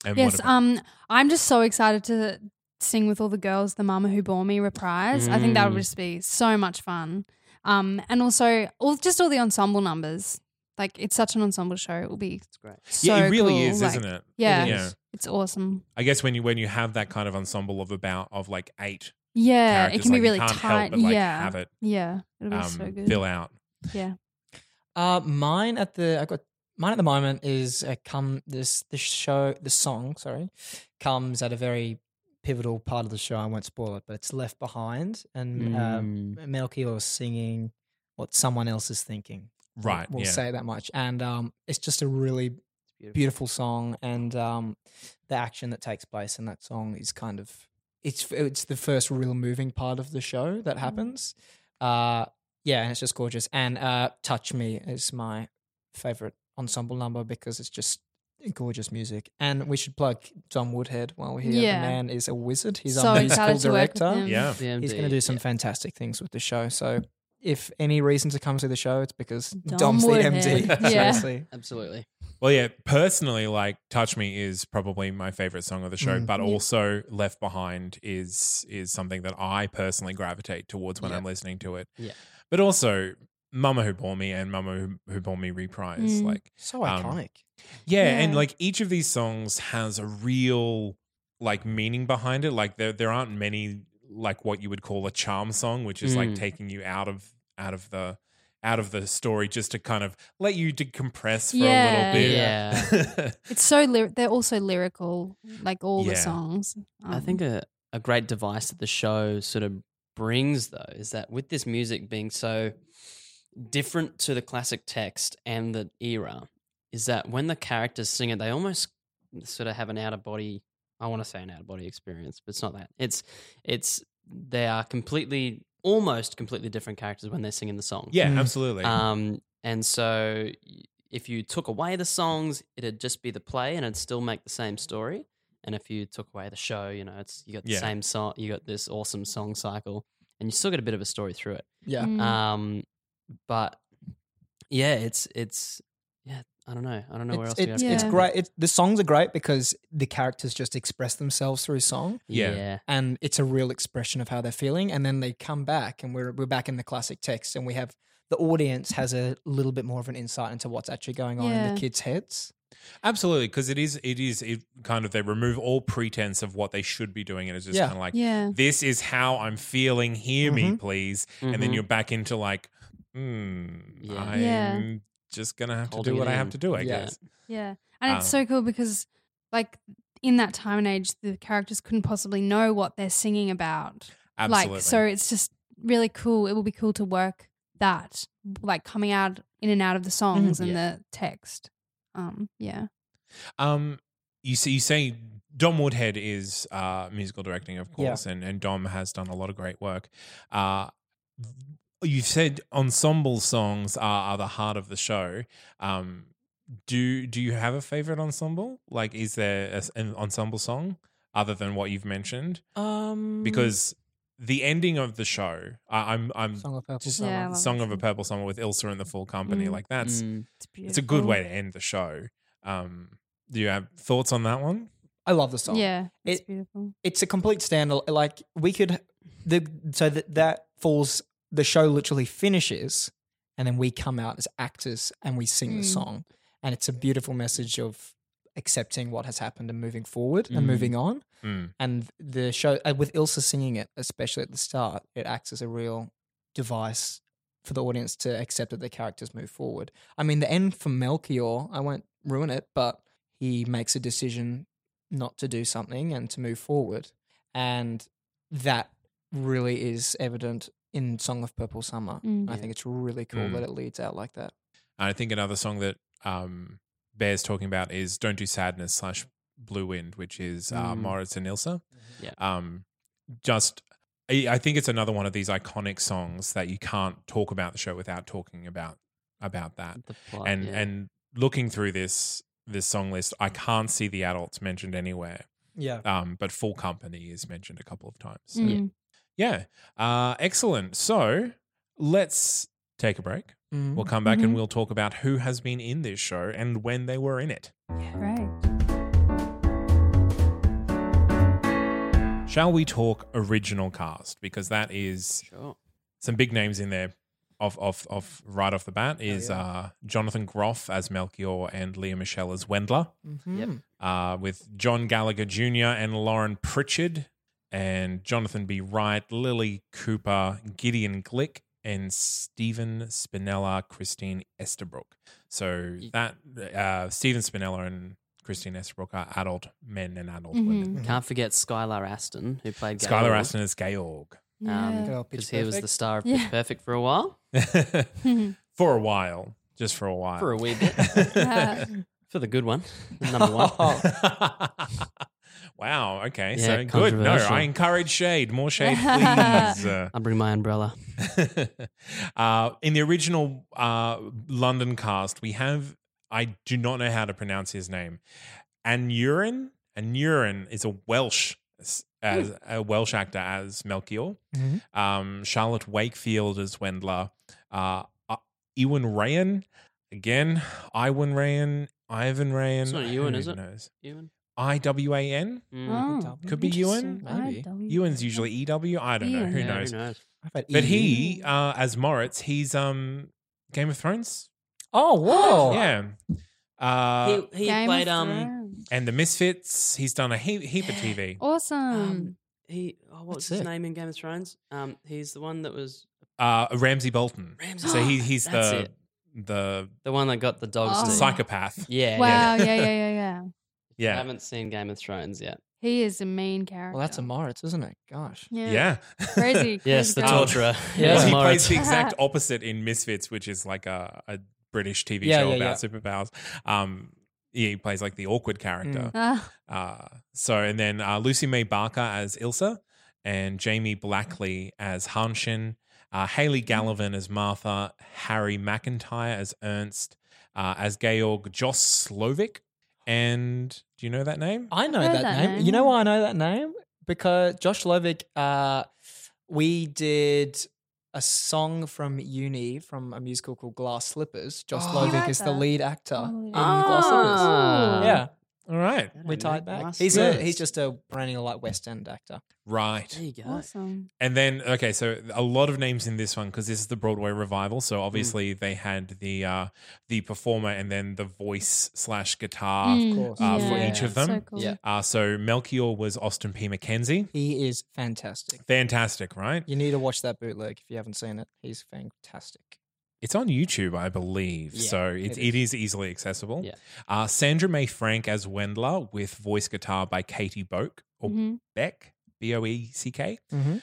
Speaker 1: And what
Speaker 2: Yes.
Speaker 1: about-
Speaker 2: Um, I'm just so excited to sing with all the girls. The Mama Who Bore Me reprise. I think that would
Speaker 3: Mm.
Speaker 2: just be so much fun. Um, and also all just all the ensemble numbers. Like it's such an ensemble show. It will be
Speaker 3: It's great.
Speaker 2: so
Speaker 1: yeah, it really
Speaker 2: cool.
Speaker 1: is,
Speaker 2: Like,
Speaker 1: isn't it?
Speaker 2: Yeah,
Speaker 1: Yeah.
Speaker 2: it's awesome.
Speaker 1: I guess when you when you have that kind of ensemble of about of like eight
Speaker 2: Yeah,
Speaker 1: characters,
Speaker 2: it can be
Speaker 1: like,
Speaker 2: really
Speaker 1: you can't
Speaker 2: tight.
Speaker 1: Help but like
Speaker 2: yeah,
Speaker 1: have it
Speaker 2: yeah, it'll be
Speaker 1: um,
Speaker 2: so good.
Speaker 1: fill out.
Speaker 2: Yeah,
Speaker 4: Uh, mine at the I got mine at the moment is uh, come this the show the song sorry comes at a very pivotal part of the show. I won't spoil it, but it's left behind and
Speaker 3: Mm.
Speaker 4: uh, Melky was singing what someone else is thinking. We'll-
Speaker 1: Right.
Speaker 4: we'll
Speaker 1: yeah.
Speaker 4: say that much. And um, it's just a really beautiful song, and um, the action that takes place in that song is kind of it's it's the first real moving part of the show
Speaker 2: Mm-hmm.
Speaker 4: that happens. Uh, yeah, and it's just gorgeous. And uh, "Touch Me" is my favorite ensemble number because it's just gorgeous music. And we should plug John Woodhead while we're here.
Speaker 2: Yeah.
Speaker 4: The man is a wizard. He's
Speaker 2: So
Speaker 4: our
Speaker 2: excited
Speaker 4: [laughs] musical
Speaker 2: to work with
Speaker 4: director.
Speaker 2: him.
Speaker 1: yeah.
Speaker 3: Yeah,
Speaker 4: He's going to
Speaker 3: indeed.
Speaker 4: do some fantastic things with the show. So, if any reason to come to the show, it's because
Speaker 2: Dom
Speaker 4: Dom's the
Speaker 2: Woodhead.
Speaker 4: MD.
Speaker 2: Yeah.
Speaker 4: [laughs] Seriously.
Speaker 3: Absolutely.
Speaker 1: Well, yeah, personally, like "Touch Me" is probably my favorite song of the show,
Speaker 4: Mm.
Speaker 1: but
Speaker 2: Yeah.
Speaker 1: also "Left Behind" is is something that I personally gravitate towards when
Speaker 3: Yeah.
Speaker 1: I'm listening to it.
Speaker 3: Yeah.
Speaker 1: but also "Mama Who Bore Me" and "Mama Who, Who Bore Me" reprise,
Speaker 2: Mm.
Speaker 1: like
Speaker 4: So
Speaker 1: Um,
Speaker 4: iconic.
Speaker 1: yeah, and
Speaker 2: Yeah.
Speaker 1: like each of these songs has a real like meaning behind it. Like there there aren't many like what you would call a charm song, which is like
Speaker 3: Mm.
Speaker 1: taking you out of out of the out of the story just to kind of let you decompress for a
Speaker 2: Yeah.
Speaker 1: little bit.
Speaker 3: Yeah.
Speaker 1: [laughs]
Speaker 2: it's so lyri- they're also lyrical. Like all the
Speaker 1: Yeah.
Speaker 2: songs.
Speaker 3: I
Speaker 2: Um,
Speaker 3: think a, a great device that the show sort of brings, though, is that with this music being so different to the classic text and the era, is that when the characters sing it, they almost sort of have an out of body. I want to say an out of body experience, but it's not that. It's it's they are completely, almost completely different characters when they're singing the song.
Speaker 1: Yeah,
Speaker 4: Mm.
Speaker 1: absolutely.
Speaker 3: Um, and so y- if you took away the songs, it'd just be the play and it'd still make the same story. And if you took away the show, you know, it's you got the
Speaker 1: Yeah.
Speaker 3: same song, you got this awesome song cycle, and you still get a bit of a story through it.
Speaker 4: Yeah.
Speaker 1: Hmm.
Speaker 2: Mm.
Speaker 3: Um, but yeah, it's it's yeah, I don't know, I don't know where
Speaker 4: It's,
Speaker 3: else. we
Speaker 4: it's,
Speaker 3: go.
Speaker 4: it's
Speaker 2: Yeah.
Speaker 4: great. It's, the songs are great because the characters just express themselves through song.
Speaker 1: Yeah.
Speaker 3: yeah,
Speaker 4: and it's a real expression of how they're feeling. And then they come back, and we're we're back in the classic text, and we have the audience has a little bit more of an insight into what's actually going on in
Speaker 2: Yeah.
Speaker 4: the kids' heads.
Speaker 1: absolutely, because it is it is it kind of they remove all pretense of what they should be doing, and it's just
Speaker 4: Yeah.
Speaker 1: kind of like
Speaker 2: yeah.
Speaker 1: this is how I'm feeling. Hear me,
Speaker 3: Mm-hmm.
Speaker 4: Mhm.
Speaker 1: please. And then
Speaker 3: Mhm.
Speaker 1: you're back into like, hmm,
Speaker 3: Yeah.
Speaker 1: I'm
Speaker 2: Yeah.
Speaker 1: just gonna have
Speaker 3: Holding
Speaker 1: to do what
Speaker 3: it
Speaker 1: I have
Speaker 3: in.
Speaker 1: to do. I
Speaker 4: Yeah.
Speaker 1: guess.
Speaker 2: Yeah. And it's
Speaker 1: Um,
Speaker 2: so cool because like in that time and age the characters couldn't possibly know what they're singing about.
Speaker 1: Absolutely.
Speaker 2: Like so it's just really cool. It will be cool to work that like coming out in and out of
Speaker 1: Mm-hmm,
Speaker 2: the songs and the text. Um yeah.
Speaker 1: Um, you see, you say Dom Woodhead is uh, musical directing, of
Speaker 4: Yeah.
Speaker 1: course, and, and Dom has done a lot of great work. Uh, you've said ensemble songs are, are the heart of the show. Um, do do you have a favorite ensemble? Like, is there a s an ensemble song other than what you've mentioned?
Speaker 4: Um,
Speaker 1: Because the ending of the show, I, I'm I'm
Speaker 3: Mm.
Speaker 4: Song of Purple
Speaker 1: just-
Speaker 4: Summer.
Speaker 2: Yeah, I love
Speaker 1: song
Speaker 2: that
Speaker 1: of a
Speaker 2: song.
Speaker 1: purple summer with Ilsa and the full company.
Speaker 2: Mm.
Speaker 1: Like that's
Speaker 3: Mm.
Speaker 2: It's beautiful.
Speaker 1: it's a good way to end the show. Um, do you have thoughts on that one?
Speaker 4: I love the song.
Speaker 2: Yeah. It's
Speaker 4: It-
Speaker 2: beautiful.
Speaker 4: it's a complete standalone. Like we could, the so that that falls. The show literally finishes, and then we come out as actors and we sing the
Speaker 2: Mm.
Speaker 4: song, and it's a beautiful message of accepting what has happened and moving forward
Speaker 3: Mm.
Speaker 4: and moving on.
Speaker 1: Mm.
Speaker 4: and the show uh, with Ilsa singing it, especially at the start, it acts as a real device for the audience to accept that the characters move forward. I mean, the end for Melchior, I won't ruin it, but he makes a decision not to do something and to move forward, and that really is evident in "Song of Purple Summer."
Speaker 2: Mm.
Speaker 4: I think it's really cool
Speaker 1: Mm.
Speaker 4: that it leads out like that.
Speaker 1: And I think another song that um, Bear's talking about is "Don't Do Sadness" slash "Blue Wind," which is uh,
Speaker 3: Mm. Mm-hmm.
Speaker 1: Moritz and Ilsa.
Speaker 3: Yeah.
Speaker 1: Um, just, I I think it's another one of these iconic songs that you can't talk about the show without talking about about that.
Speaker 3: the plot,
Speaker 1: and
Speaker 3: yeah.
Speaker 1: and looking through this this song list, I can't see the adults mentioned anywhere.
Speaker 4: Yeah,
Speaker 1: Um, but full company is mentioned a couple of times. So,
Speaker 2: Mm.
Speaker 1: Yeah. Uh, excellent. So let's take a break.
Speaker 4: Mm-hmm.
Speaker 1: We'll come back and
Speaker 2: Mhm.
Speaker 1: we'll talk about who has been in this show and when they were in it.
Speaker 2: Right.
Speaker 1: Um, Shall we talk original cast? Because that is
Speaker 3: sure.
Speaker 1: some big names in there. Off, off, off, right off the bat is uh, Jonathan Groff as Melchior and Leah Michelle as Wendler,
Speaker 4: Mm-hmm.
Speaker 1: uh, with John Gallagher Jr. and Lauren Pritchard, and Jonathan B. Wright, Lily Cooper, Gideon Glick, and Stephen Spinella, Christine Estabrook. So
Speaker 3: Ye-
Speaker 1: that uh, Stephen Spinella and Christine Estabrook are adult men and adult women.
Speaker 3: Can't forget Skylar Aston who played
Speaker 1: Skylar
Speaker 3: Gabriel,
Speaker 1: Aston is Georg. [laughs]
Speaker 3: Um,
Speaker 2: [laughs] Yeah.
Speaker 4: Girl, Pitch
Speaker 3: because he was the
Speaker 4: Perfect.
Speaker 3: star of Pitch
Speaker 2: Yeah.
Speaker 3: Perfect for a while,
Speaker 1: for a while, just for a while.
Speaker 3: for a wee bit,
Speaker 1: [laughs]
Speaker 3: [laughs]
Speaker 2: Yeah.
Speaker 3: for the good one, the number one.
Speaker 1: Oh. wow. Okay.
Speaker 3: Yeah,
Speaker 1: so good. No,
Speaker 3: controversial.
Speaker 1: I encourage shade. More shade, please.
Speaker 3: [laughs]
Speaker 1: Uh,
Speaker 3: I'll bring my umbrella.
Speaker 1: uh, in the original uh, London cast, we have I do not know how to pronounce his name. Anurin. Anurin is a Welsh as
Speaker 3: Hmm.
Speaker 1: a Welsh actor as Melchior.
Speaker 4: Mhm.
Speaker 1: Um, Charlotte Wakefield as Wendler. Uh, uh, Ewan Rayan again. Iwan Rayan. Ivan Rayan.
Speaker 3: It's not Ewan,
Speaker 1: Who
Speaker 3: is it?
Speaker 1: knows?
Speaker 3: Ewan?
Speaker 1: I W A N.
Speaker 3: Mm.
Speaker 2: Oh,
Speaker 1: Could be Ewan.
Speaker 4: Maybe.
Speaker 1: Ewan's usually E W. I don't know. Who
Speaker 3: Yeah,
Speaker 1: knows?
Speaker 3: Who knows?
Speaker 4: I've had
Speaker 1: But
Speaker 4: EU.
Speaker 1: he, uh, as Moritz, he's um Game of Thrones. [gasps]
Speaker 4: oh wow,
Speaker 1: Yeah. Uh,
Speaker 3: he he
Speaker 2: Game
Speaker 3: played um
Speaker 2: of Thrones.
Speaker 1: and the Misfits. He's done a heap, heap of TV. um,
Speaker 2: Awesome.
Speaker 3: he oh, what's
Speaker 4: That's
Speaker 3: his
Speaker 4: it.
Speaker 3: name in Game of Thrones? Um, he's the one that was
Speaker 1: Uh, Ramsey Bolton.
Speaker 3: Ramsay.
Speaker 1: So he, he's
Speaker 3: That's
Speaker 1: the
Speaker 3: it.
Speaker 1: the
Speaker 3: the one that got the dogs.
Speaker 2: Oh.
Speaker 3: to-
Speaker 1: psychopath.
Speaker 3: Yeah.
Speaker 2: wow.
Speaker 3: Yeah.
Speaker 2: Yeah.
Speaker 1: [laughs]
Speaker 2: Yeah. Yeah.
Speaker 3: I
Speaker 2: Yeah.
Speaker 1: Yeah.
Speaker 3: haven't seen Game of Thrones yet.
Speaker 2: He is a mean character.
Speaker 4: Well, that's a Moritz, isn't it? Gosh.
Speaker 2: yeah.
Speaker 1: Yeah. [laughs]
Speaker 2: Crazy.
Speaker 3: [laughs] Yes,
Speaker 2: crazy
Speaker 3: the
Speaker 2: guy.
Speaker 1: Um,
Speaker 3: torturer.
Speaker 4: Yeah.
Speaker 3: Yes,
Speaker 1: he plays
Speaker 3: Moritz.
Speaker 1: the
Speaker 3: [laughs]
Speaker 1: exact opposite in Misfits, which is like a, a British TV
Speaker 4: Yeah,
Speaker 1: show
Speaker 4: yeah,
Speaker 1: about superpowers. Um, he plays
Speaker 4: Mm.
Speaker 1: like the awkward character.
Speaker 2: [laughs] Ah,
Speaker 1: Uh, so, and then uh, Lucy May Barker as Ilsa and Jamie Blackley as Hanshin, uh, Haley Gallivan as Martha, Harry McIntyre as Ernst, uh, as Georg Joslovic. And do you know that name?
Speaker 4: I know
Speaker 2: Heard
Speaker 4: that,
Speaker 2: that
Speaker 4: name.
Speaker 2: name.
Speaker 4: You know why I know that name? Because Josh Lovick, uh, we did a song from uni from a musical called Glass Slippers. Josh
Speaker 3: Oh.
Speaker 4: Lovick
Speaker 2: Right
Speaker 4: is the
Speaker 2: there.
Speaker 4: lead actor
Speaker 2: [laughs] Oh,
Speaker 4: in
Speaker 2: yeah.
Speaker 4: Glass Slippers.
Speaker 3: Ah.
Speaker 4: Yeah,
Speaker 1: All right.
Speaker 3: I
Speaker 4: we
Speaker 3: don't
Speaker 4: tied
Speaker 3: know.
Speaker 4: back.
Speaker 3: Last
Speaker 4: He's
Speaker 3: year.
Speaker 4: a, he's just a perennial like West End actor.
Speaker 3: There
Speaker 1: Right.
Speaker 3: you go.
Speaker 2: Awesome.
Speaker 1: And then, okay, so a lot of names in this one because this is the Broadway revival. So obviously they had the uh, the performer and then the voice slash guitar.
Speaker 2: Mm,
Speaker 4: course.
Speaker 1: uh, for each of them.
Speaker 2: So cool.
Speaker 4: Yeah.
Speaker 1: Uh, so Melchior was Austin P. McKenzie.
Speaker 4: He is fantastic.
Speaker 1: Fantastic, right?
Speaker 4: You need to watch that bootleg if you haven't seen it. He's fantastic.
Speaker 1: It's on YouTube, I believe.
Speaker 4: Yeah,
Speaker 1: so it,
Speaker 4: it
Speaker 1: it is easily accessible.
Speaker 3: Yeah.
Speaker 1: Uh, Sandra May Frank as Wendler with voice guitar by Katie Boak or
Speaker 2: Mhm.
Speaker 1: Beck, B O E C K. [sighs]
Speaker 4: Mm-hmm.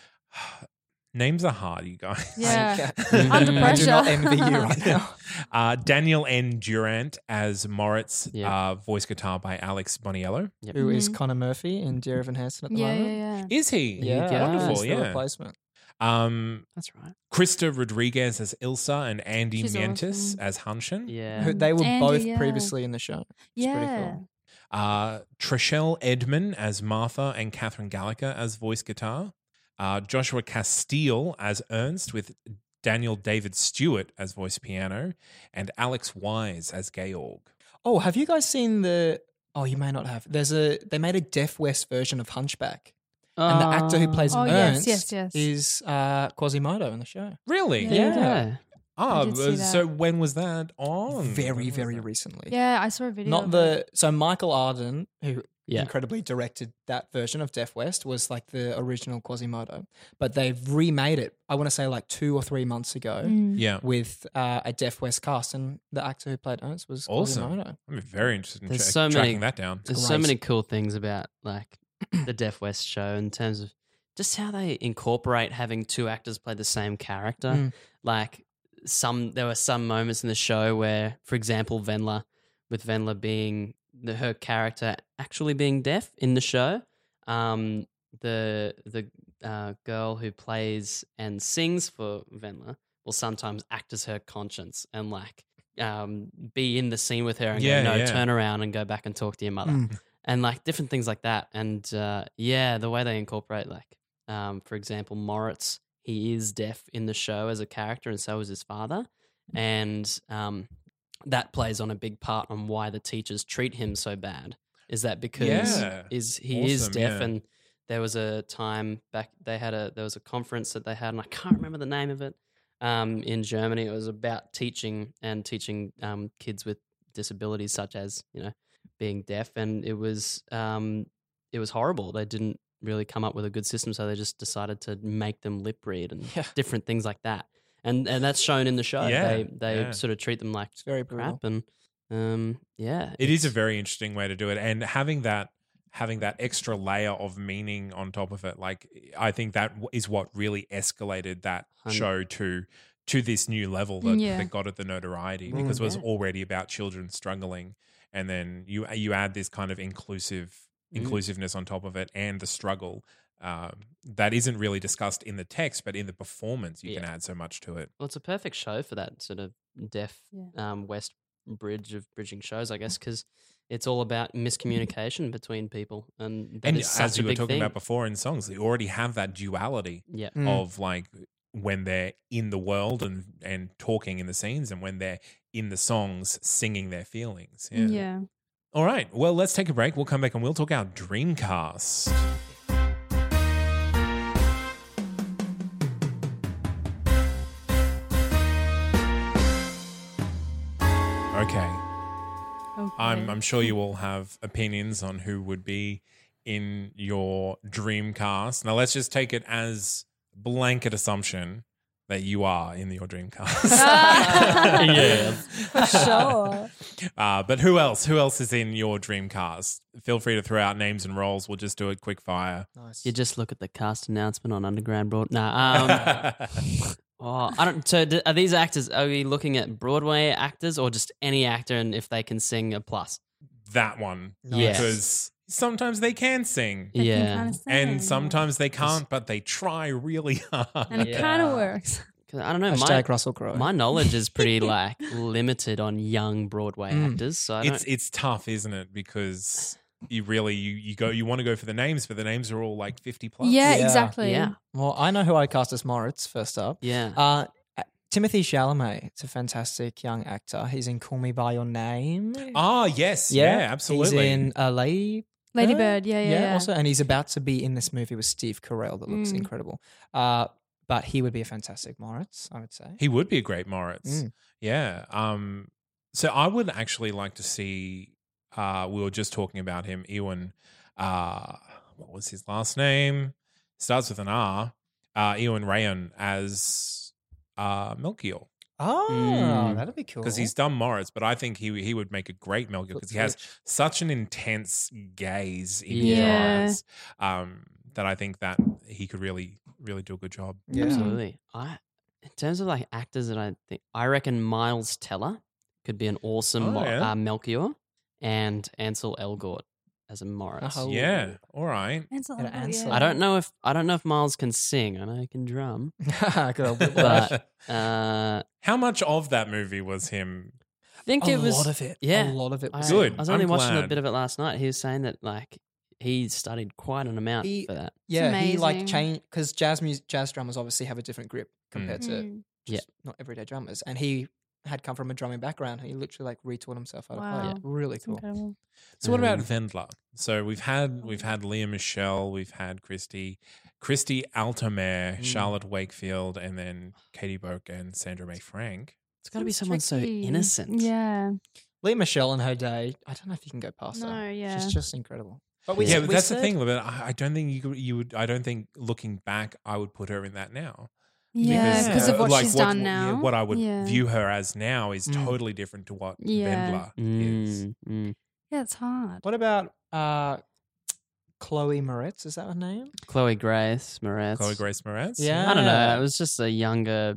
Speaker 1: Names are hard, you guys.
Speaker 4: [laughs]
Speaker 2: Yeah.
Speaker 1: Under
Speaker 4: I do not
Speaker 2: pressure.
Speaker 4: envy you
Speaker 2: [laughs]
Speaker 4: right now.
Speaker 1: Uh, Daniel N. Durant as Moritz,
Speaker 3: Yeah.
Speaker 1: uh, voice guitar by Alex Boniello.
Speaker 4: Who is
Speaker 2: Mhm.
Speaker 4: Connor Murphy in Dear Evan Hansen at the
Speaker 2: Yeah, yeah,
Speaker 4: moment?
Speaker 2: yeah.
Speaker 1: Is he?
Speaker 3: Yeah.
Speaker 1: Wonderful,
Speaker 4: he's the
Speaker 1: yeah.
Speaker 4: replacement.
Speaker 1: Um,
Speaker 3: That's right.
Speaker 1: Krista Rodriguez as Ilsa and Andy
Speaker 2: She's
Speaker 1: Mantis
Speaker 2: awesome.
Speaker 1: as Hanshin.
Speaker 3: Yeah.
Speaker 4: Who- They were
Speaker 2: Andy,
Speaker 4: both
Speaker 2: yeah.
Speaker 4: previously in the show. It's pretty
Speaker 2: Yeah.
Speaker 4: cool.
Speaker 1: Uh, Trishelle Edman as Martha and Catherine Gallagher as voice guitar. Uh, Joshua Castile as Ernst with Daniel David Stewart as voice piano and Alex Wise as Georg.
Speaker 4: Oh, have you guys seen the? Oh, you may not have. There's a. They made a Deaf West version of Hunchback, and the actor who plays
Speaker 2: Oh, yes,
Speaker 4: Ernst
Speaker 2: yes, yes.
Speaker 4: is uh, Quasimodo in the show.
Speaker 1: Really?
Speaker 2: Yeah.
Speaker 3: Yeah.
Speaker 1: Ah,
Speaker 2: I did see
Speaker 1: so
Speaker 2: that.
Speaker 1: when was that
Speaker 2: Oh,
Speaker 1: on? When
Speaker 4: Very,
Speaker 1: was
Speaker 4: very
Speaker 1: that?
Speaker 4: recently.
Speaker 2: Yeah, I saw a video.
Speaker 4: Not
Speaker 2: of
Speaker 4: the so Michael Arden, who
Speaker 3: Yeah.
Speaker 4: incredibly directed that version of Deaf West, was like the original Quasimodo, but they've remade it. I want to say like two or three months ago
Speaker 2: it. Mm.
Speaker 1: Yeah.
Speaker 4: with uh, a Deaf West cast, and the actor who played Ernst was
Speaker 1: Awesome.
Speaker 4: Quasimodo.
Speaker 2: Mm.
Speaker 1: I'm very interested in
Speaker 3: There's
Speaker 1: tra-
Speaker 3: so many-
Speaker 1: tracking that down.
Speaker 3: There's so
Speaker 4: great.
Speaker 3: many cool things about like the Deaf West show in terms of just how they incorporate having two actors play the same character.
Speaker 4: Mm.
Speaker 3: Like some, there were some moments in the show where, for example, Venla, with Venla being the, her character actually being deaf in the show, um, the the uh, girl who plays and sings for Venla will sometimes act as her conscience and like um, be in the scene with her and
Speaker 1: Yeah,
Speaker 3: go, no,
Speaker 1: yeah.
Speaker 3: turn around and go back and talk to your mother
Speaker 4: Mm.
Speaker 3: and like different things like that. And uh, yeah, the way they incorporate like, um, for example, Moritz, he is deaf in the show as a character, and so is his father,
Speaker 1: Mm.
Speaker 3: and um, that plays on a big part on why the teachers treat him so bad. Is that because
Speaker 1: Yeah.
Speaker 3: is he is
Speaker 1: Awesome,
Speaker 3: deaf
Speaker 1: yeah.
Speaker 3: and there was a time back they had a there was a conference that they had and I can't remember the name of it um, in Germany it was about teaching and teaching um, kids with disabilities such as you know being deaf and it was um, it was horrible they didn't really come up with a good system so they just decided to make them lip read and
Speaker 4: Yeah.
Speaker 3: different things like that and and that's shown in the show
Speaker 1: Yeah,
Speaker 3: they they
Speaker 1: yeah.
Speaker 3: sort of treat them like
Speaker 4: It's very brutal.
Speaker 3: crap and um, yeah
Speaker 1: It is a
Speaker 3: it's-
Speaker 1: very interesting way to do it, and having that having that extra layer of meaning on top of it, like I think that w- is what really escalated that
Speaker 3: Hun-
Speaker 1: show to to this new level that,
Speaker 2: Yeah.
Speaker 1: that got it the notoriety
Speaker 4: Mm.
Speaker 1: because it was
Speaker 3: Yeah.
Speaker 1: already about children struggling, and then you you add this kind of inclusive
Speaker 3: Mm.
Speaker 1: inclusiveness on top of it and the struggle. Um, that isn't really discussed in the text, but in the performance, you can
Speaker 3: Yeah.
Speaker 1: add so much to it.
Speaker 3: Well, it's a perfect show for that sort of deaf
Speaker 2: Yeah.
Speaker 3: um, West bridge of bridging shows, I
Speaker 1: Mm.
Speaker 3: guess, because it's all about miscommunication between people, and that
Speaker 1: and
Speaker 3: is such
Speaker 1: as
Speaker 3: a
Speaker 1: you were
Speaker 3: big
Speaker 1: talking
Speaker 3: thing.
Speaker 1: about before in songs, they already have that duality.
Speaker 3: yeah,
Speaker 4: Mm.
Speaker 1: of like when they're in the world and and talking in the scenes and when they're in the songs singing their feelings. Yeah.
Speaker 2: Yeah.
Speaker 1: All right. Well, let's take a break. We'll come back and we'll talk our Dreamcast. Okay. I'm,
Speaker 2: Okay.
Speaker 1: I'm sure you all have opinions on who would be in your dream cast. Now, let's just take it as blanket assumption that you are in your dream cast.
Speaker 2: Yeah. For [laughs] sure.
Speaker 1: Uh, but who else? Who else is in your dream cast? Feel free to throw out names and roles. We'll just do it quick fire.
Speaker 4: Nice.
Speaker 3: you just look at the cast announcement on Underground Broad. Nah, um, oh, I don't. So, d- are these actors? Are we looking at Broadway actors or just any actor, and if they can sing a plus?
Speaker 1: [laughs] that one.
Speaker 4: Nice.
Speaker 3: Yes.
Speaker 1: Because sometimes they can sing.
Speaker 2: They can
Speaker 3: Yeah.
Speaker 2: kinda sing.
Speaker 1: And sometimes they can't, but they try really hard.
Speaker 2: And it
Speaker 3: Yeah.
Speaker 2: kind of works.
Speaker 3: 'Cause I don't know. My,
Speaker 4: Hashtag Russell Crowe.
Speaker 3: my knowledge
Speaker 1: [laughs]
Speaker 3: is pretty like limited on young Broadway
Speaker 4: Mm.
Speaker 3: actors. So I don't.
Speaker 1: it's it's tough, isn't it? Because you really you, you go you want to go for the names, but the names are all like fifty plus.
Speaker 2: [laughs] Yeah,
Speaker 4: Yeah.
Speaker 2: exactly.
Speaker 3: yeah,
Speaker 4: well, I know who I cast as Moritz first up.
Speaker 3: yeah.
Speaker 1: um,
Speaker 4: Uh, Timothy Chalamet. It's a fantastic young actor. He's in Call Me by Your Name.
Speaker 1: Ah, yes, yeah, absolutely.
Speaker 4: He's in uh, Lady
Speaker 2: Lady
Speaker 4: Bird?
Speaker 2: Bird. Yeah, yeah. yeah.
Speaker 4: also, and he's about to be in this movie with Steve Carell that looks
Speaker 2: Mm.
Speaker 4: incredible. Uh, but he would be a fantastic Moritz, I would say.
Speaker 1: He would be a great Moritz.
Speaker 4: Mm.
Speaker 1: Yeah. Um, so I would actually like to see. Uh, we were just talking about him, Ewan. Uh, what was his last name? Starts with an R. Uh, Ewan Rayon as uh, Melchior
Speaker 4: oh,
Speaker 3: Mm.
Speaker 4: that'd be cool.
Speaker 1: because he's done Moritz, but I think he he would make a great Melchior because he has such an intense gaze in
Speaker 2: Yeah.
Speaker 1: his eyes um, that I think that he could really really do a good job.
Speaker 4: Yeah.
Speaker 3: Absolutely. I in terms of like actors that I think I reckon Miles Teller could be an awesome
Speaker 1: Oh,
Speaker 3: Mo-
Speaker 1: yeah.
Speaker 3: uh, Melchior and Ansel Elgort as a Morris.
Speaker 4: Oh.
Speaker 1: Uh-huh. Yeah. All right.
Speaker 2: Ansel,
Speaker 4: And
Speaker 2: Elgort,
Speaker 4: Ansel.
Speaker 3: I don't know if I don't know if Miles can sing. I know he can drum.
Speaker 4: [laughs] Good
Speaker 3: [laughs]
Speaker 4: old Whiplash.
Speaker 3: But- Uh, I
Speaker 1: [laughs] How much of that movie was him?
Speaker 3: think
Speaker 4: a
Speaker 3: it was
Speaker 4: lot of it.
Speaker 3: yeah.
Speaker 4: a lot of it.
Speaker 3: I,
Speaker 4: Was
Speaker 1: Good.
Speaker 3: I was only
Speaker 1: I'm
Speaker 3: watching a
Speaker 1: glad.
Speaker 3: bit of it last night. He was saying that like he studied quite an amount
Speaker 4: He-
Speaker 3: for that.
Speaker 4: Yeah, he like
Speaker 2: amazing.
Speaker 4: changed because jazz music, jazz drummers obviously have a different grip compared to
Speaker 2: Mm.
Speaker 3: Yeah.
Speaker 4: just not everyday drummers, and he had come from a drumming background. He literally like retaught himself how to play.
Speaker 2: Wow.
Speaker 4: it. Really
Speaker 2: It's
Speaker 4: cool.
Speaker 2: incredible.
Speaker 1: So what about
Speaker 3: Um,
Speaker 4: Mm.
Speaker 1: Vendler? So we've had we've had Leah Michelle, we've had Christy, Christy Altomare,
Speaker 4: Mm.
Speaker 1: Charlotte Wakefield, and then Katie Boak and Sandra May Frank.
Speaker 3: It's got to be
Speaker 2: Sounds
Speaker 3: someone
Speaker 2: tricky.
Speaker 3: so innocent.
Speaker 2: Yeah.
Speaker 4: Lee Michelle in her day, I don't know if you can go past
Speaker 2: No,
Speaker 4: her.
Speaker 2: yeah.
Speaker 4: she's just incredible. But we,
Speaker 1: yeah,
Speaker 3: s-
Speaker 1: but
Speaker 4: we
Speaker 1: that's the
Speaker 4: said-
Speaker 1: thing. But I, I don't think you could, you would. I don't think looking back, I would put her in that now.
Speaker 2: Yeah,
Speaker 4: Because,
Speaker 2: because of
Speaker 1: uh,
Speaker 2: what
Speaker 1: like
Speaker 2: she's done
Speaker 1: yeah,
Speaker 2: now.
Speaker 1: what I would
Speaker 2: Yeah.
Speaker 1: view her as now is
Speaker 4: Mm.
Speaker 1: totally different to what
Speaker 2: Yeah.
Speaker 1: Vendler is.
Speaker 3: Mm, mm.
Speaker 2: Yeah, it's hard.
Speaker 4: What about uh, Chloe Moretz? Is that her name?
Speaker 3: Chloe Grace Moretz.
Speaker 1: Chloe Grace Moretz.
Speaker 4: Yeah.
Speaker 3: I don't know.
Speaker 4: Yeah.
Speaker 3: It was just a younger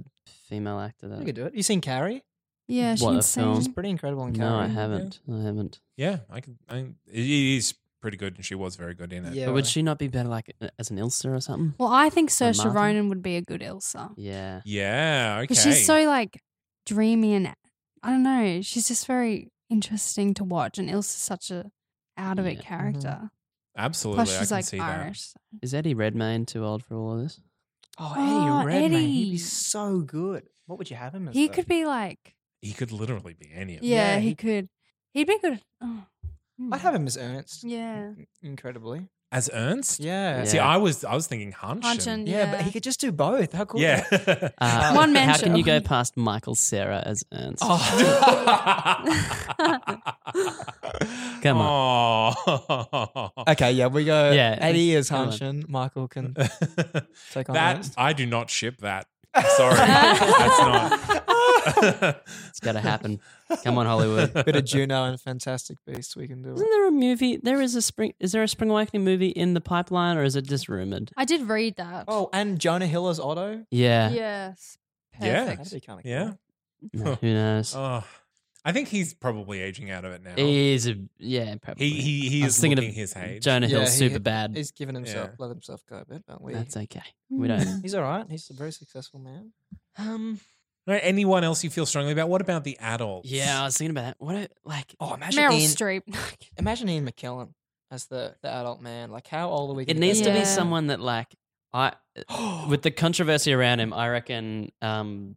Speaker 3: female actor.
Speaker 4: We
Speaker 3: That
Speaker 4: could do it. You seen Carrie?
Speaker 2: Yeah, she
Speaker 3: What
Speaker 2: can
Speaker 3: a film.
Speaker 4: She's
Speaker 2: sing.
Speaker 4: pretty incredible in
Speaker 3: no, I
Speaker 4: Carrie.
Speaker 1: Yeah.
Speaker 3: haven't. I haven't.
Speaker 1: yeah. I can. I, it is pretty good, and she was very good in it.
Speaker 4: Yeah.
Speaker 3: But would she not be better like a- as an Ilsa or something?
Speaker 2: Well, I think Saoirse
Speaker 3: Martin.
Speaker 2: Ronan would be a good Elsa.
Speaker 3: Yeah.
Speaker 1: Yeah. Okay.
Speaker 2: Because she's so like dreamy and I don't know. She's just very interesting to watch, and Ilsa's such a out of it
Speaker 3: Yeah.
Speaker 2: character.
Speaker 1: mm-hmm. absolutely.
Speaker 2: Plus,
Speaker 1: I
Speaker 2: she's
Speaker 1: can
Speaker 2: like
Speaker 1: see that.
Speaker 2: Irish.
Speaker 3: Is Eddie Redmayne too old for all of this?
Speaker 4: Oh,
Speaker 2: Oh,
Speaker 4: Eddie Redmayne. He'd
Speaker 2: Eddie.
Speaker 4: be so good. What would you have him as?
Speaker 2: He
Speaker 4: though?
Speaker 2: could be like,
Speaker 1: He could literally be any of them.
Speaker 2: yeah,
Speaker 4: Yeah,
Speaker 2: he,
Speaker 4: he-
Speaker 2: could. He'd be good. Oh, hmm.
Speaker 4: I'd have him as Ernst.
Speaker 2: Yeah.
Speaker 4: in- Incredibly.
Speaker 1: As Ernst.
Speaker 4: Yeah.
Speaker 1: See,
Speaker 3: Yeah.
Speaker 1: I was I was thinking Hunch.
Speaker 2: Hunchin,
Speaker 1: and-
Speaker 4: Yeah, but he could just do both. How cool. is
Speaker 1: Yeah. [laughs]
Speaker 4: that?
Speaker 3: Uh,
Speaker 2: One man
Speaker 3: How can you
Speaker 2: show.
Speaker 3: go past Michael Sarah as Ernst?
Speaker 1: Oh.
Speaker 3: Come
Speaker 1: on.
Speaker 4: Okay, yeah, we go.
Speaker 3: Yeah,
Speaker 4: Eddie is
Speaker 3: come on.
Speaker 4: Hunchin. Michael can take
Speaker 1: [laughs]
Speaker 4: on
Speaker 1: that
Speaker 4: Ernst.
Speaker 1: I do not ship that. [laughs] Sorry, [laughs] that's not.
Speaker 3: It's got to happen. Come on, Hollywood.
Speaker 4: [laughs] Bit of Juno and Fantastic Beast. We can do
Speaker 3: Isn't
Speaker 4: it.
Speaker 3: there a movie? There is a spring. Is there a Spring Awakening movie in the pipeline, or is it just rumored?
Speaker 2: I did read that.
Speaker 4: Oh, and Jonah Hill as Otto.
Speaker 3: Yeah.
Speaker 2: yes.
Speaker 1: Yeah.
Speaker 2: Perfect.
Speaker 4: That'd be kind of
Speaker 1: Yeah.
Speaker 4: Cool.
Speaker 3: No, who knows?
Speaker 1: oh, I think he's probably aging out of it now. He
Speaker 3: He is a yeah. Probably.
Speaker 1: he, he is
Speaker 3: I was thinking
Speaker 1: looking
Speaker 3: of
Speaker 1: his age.
Speaker 3: Jonah Hill,
Speaker 4: Yeah, he-
Speaker 3: super bad.
Speaker 4: He's given himself,
Speaker 1: Yeah.
Speaker 4: let himself go a bit, but we.
Speaker 3: That's okay.
Speaker 1: [laughs]
Speaker 3: We don't.
Speaker 4: He's all right. He's a very successful man. Um.
Speaker 1: Right, Anyone else you feel strongly about? What about the adults?
Speaker 3: Yeah, I was thinking about that. What a, like
Speaker 4: Oh, imagine
Speaker 2: Meryl
Speaker 4: Ian,
Speaker 1: [laughs]
Speaker 2: Streep. [laughs]
Speaker 4: imagine Ian McKellen as the, the adult man. Like, how old are we?
Speaker 3: it
Speaker 4: gonna
Speaker 3: needs
Speaker 4: get
Speaker 3: to
Speaker 2: Yeah.
Speaker 3: be someone that like I [gasps] with the controversy around him. I reckon um,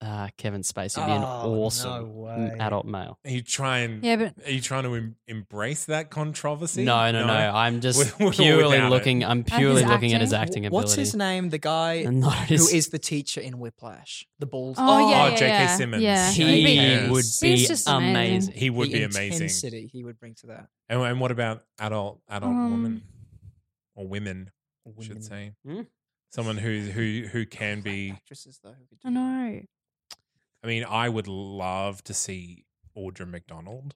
Speaker 3: uh, Kevin Spacey would be an
Speaker 4: Oh, no
Speaker 3: awesome m-
Speaker 4: way.
Speaker 3: adult male.
Speaker 1: Are you trying?
Speaker 2: yeah, but
Speaker 1: Are you trying to em- embrace that controversy?
Speaker 3: no, no, no, I'm just
Speaker 1: [laughs] We're- we're
Speaker 3: purely
Speaker 1: without it.
Speaker 3: looking. I'm
Speaker 2: his
Speaker 3: purely looking at his
Speaker 4: Wh-
Speaker 3: acting ability.
Speaker 4: What's his name? The guy
Speaker 3: And not
Speaker 4: who
Speaker 3: his,
Speaker 4: is the teacher in Whiplash, the bald.
Speaker 2: Oh, yeah,
Speaker 1: Oh,
Speaker 2: yeah,
Speaker 1: J.K.
Speaker 2: yeah.
Speaker 1: Simmons.
Speaker 2: Yeah.
Speaker 3: he
Speaker 1: Yes.
Speaker 3: would
Speaker 1: He's
Speaker 3: be
Speaker 2: just amazing.
Speaker 3: amazing.
Speaker 1: He would
Speaker 4: the
Speaker 1: be amazing.
Speaker 4: intensity he would bring to that.
Speaker 1: And, and what about adult adult
Speaker 2: Um,
Speaker 1: woman or women? I
Speaker 4: Women.
Speaker 1: should say
Speaker 3: Hmm?
Speaker 1: someone who who who can
Speaker 4: Great
Speaker 1: be.
Speaker 4: actresses though. who could
Speaker 2: I
Speaker 4: do that.
Speaker 2: know.
Speaker 1: I mean, I would love to see Audra McDonald.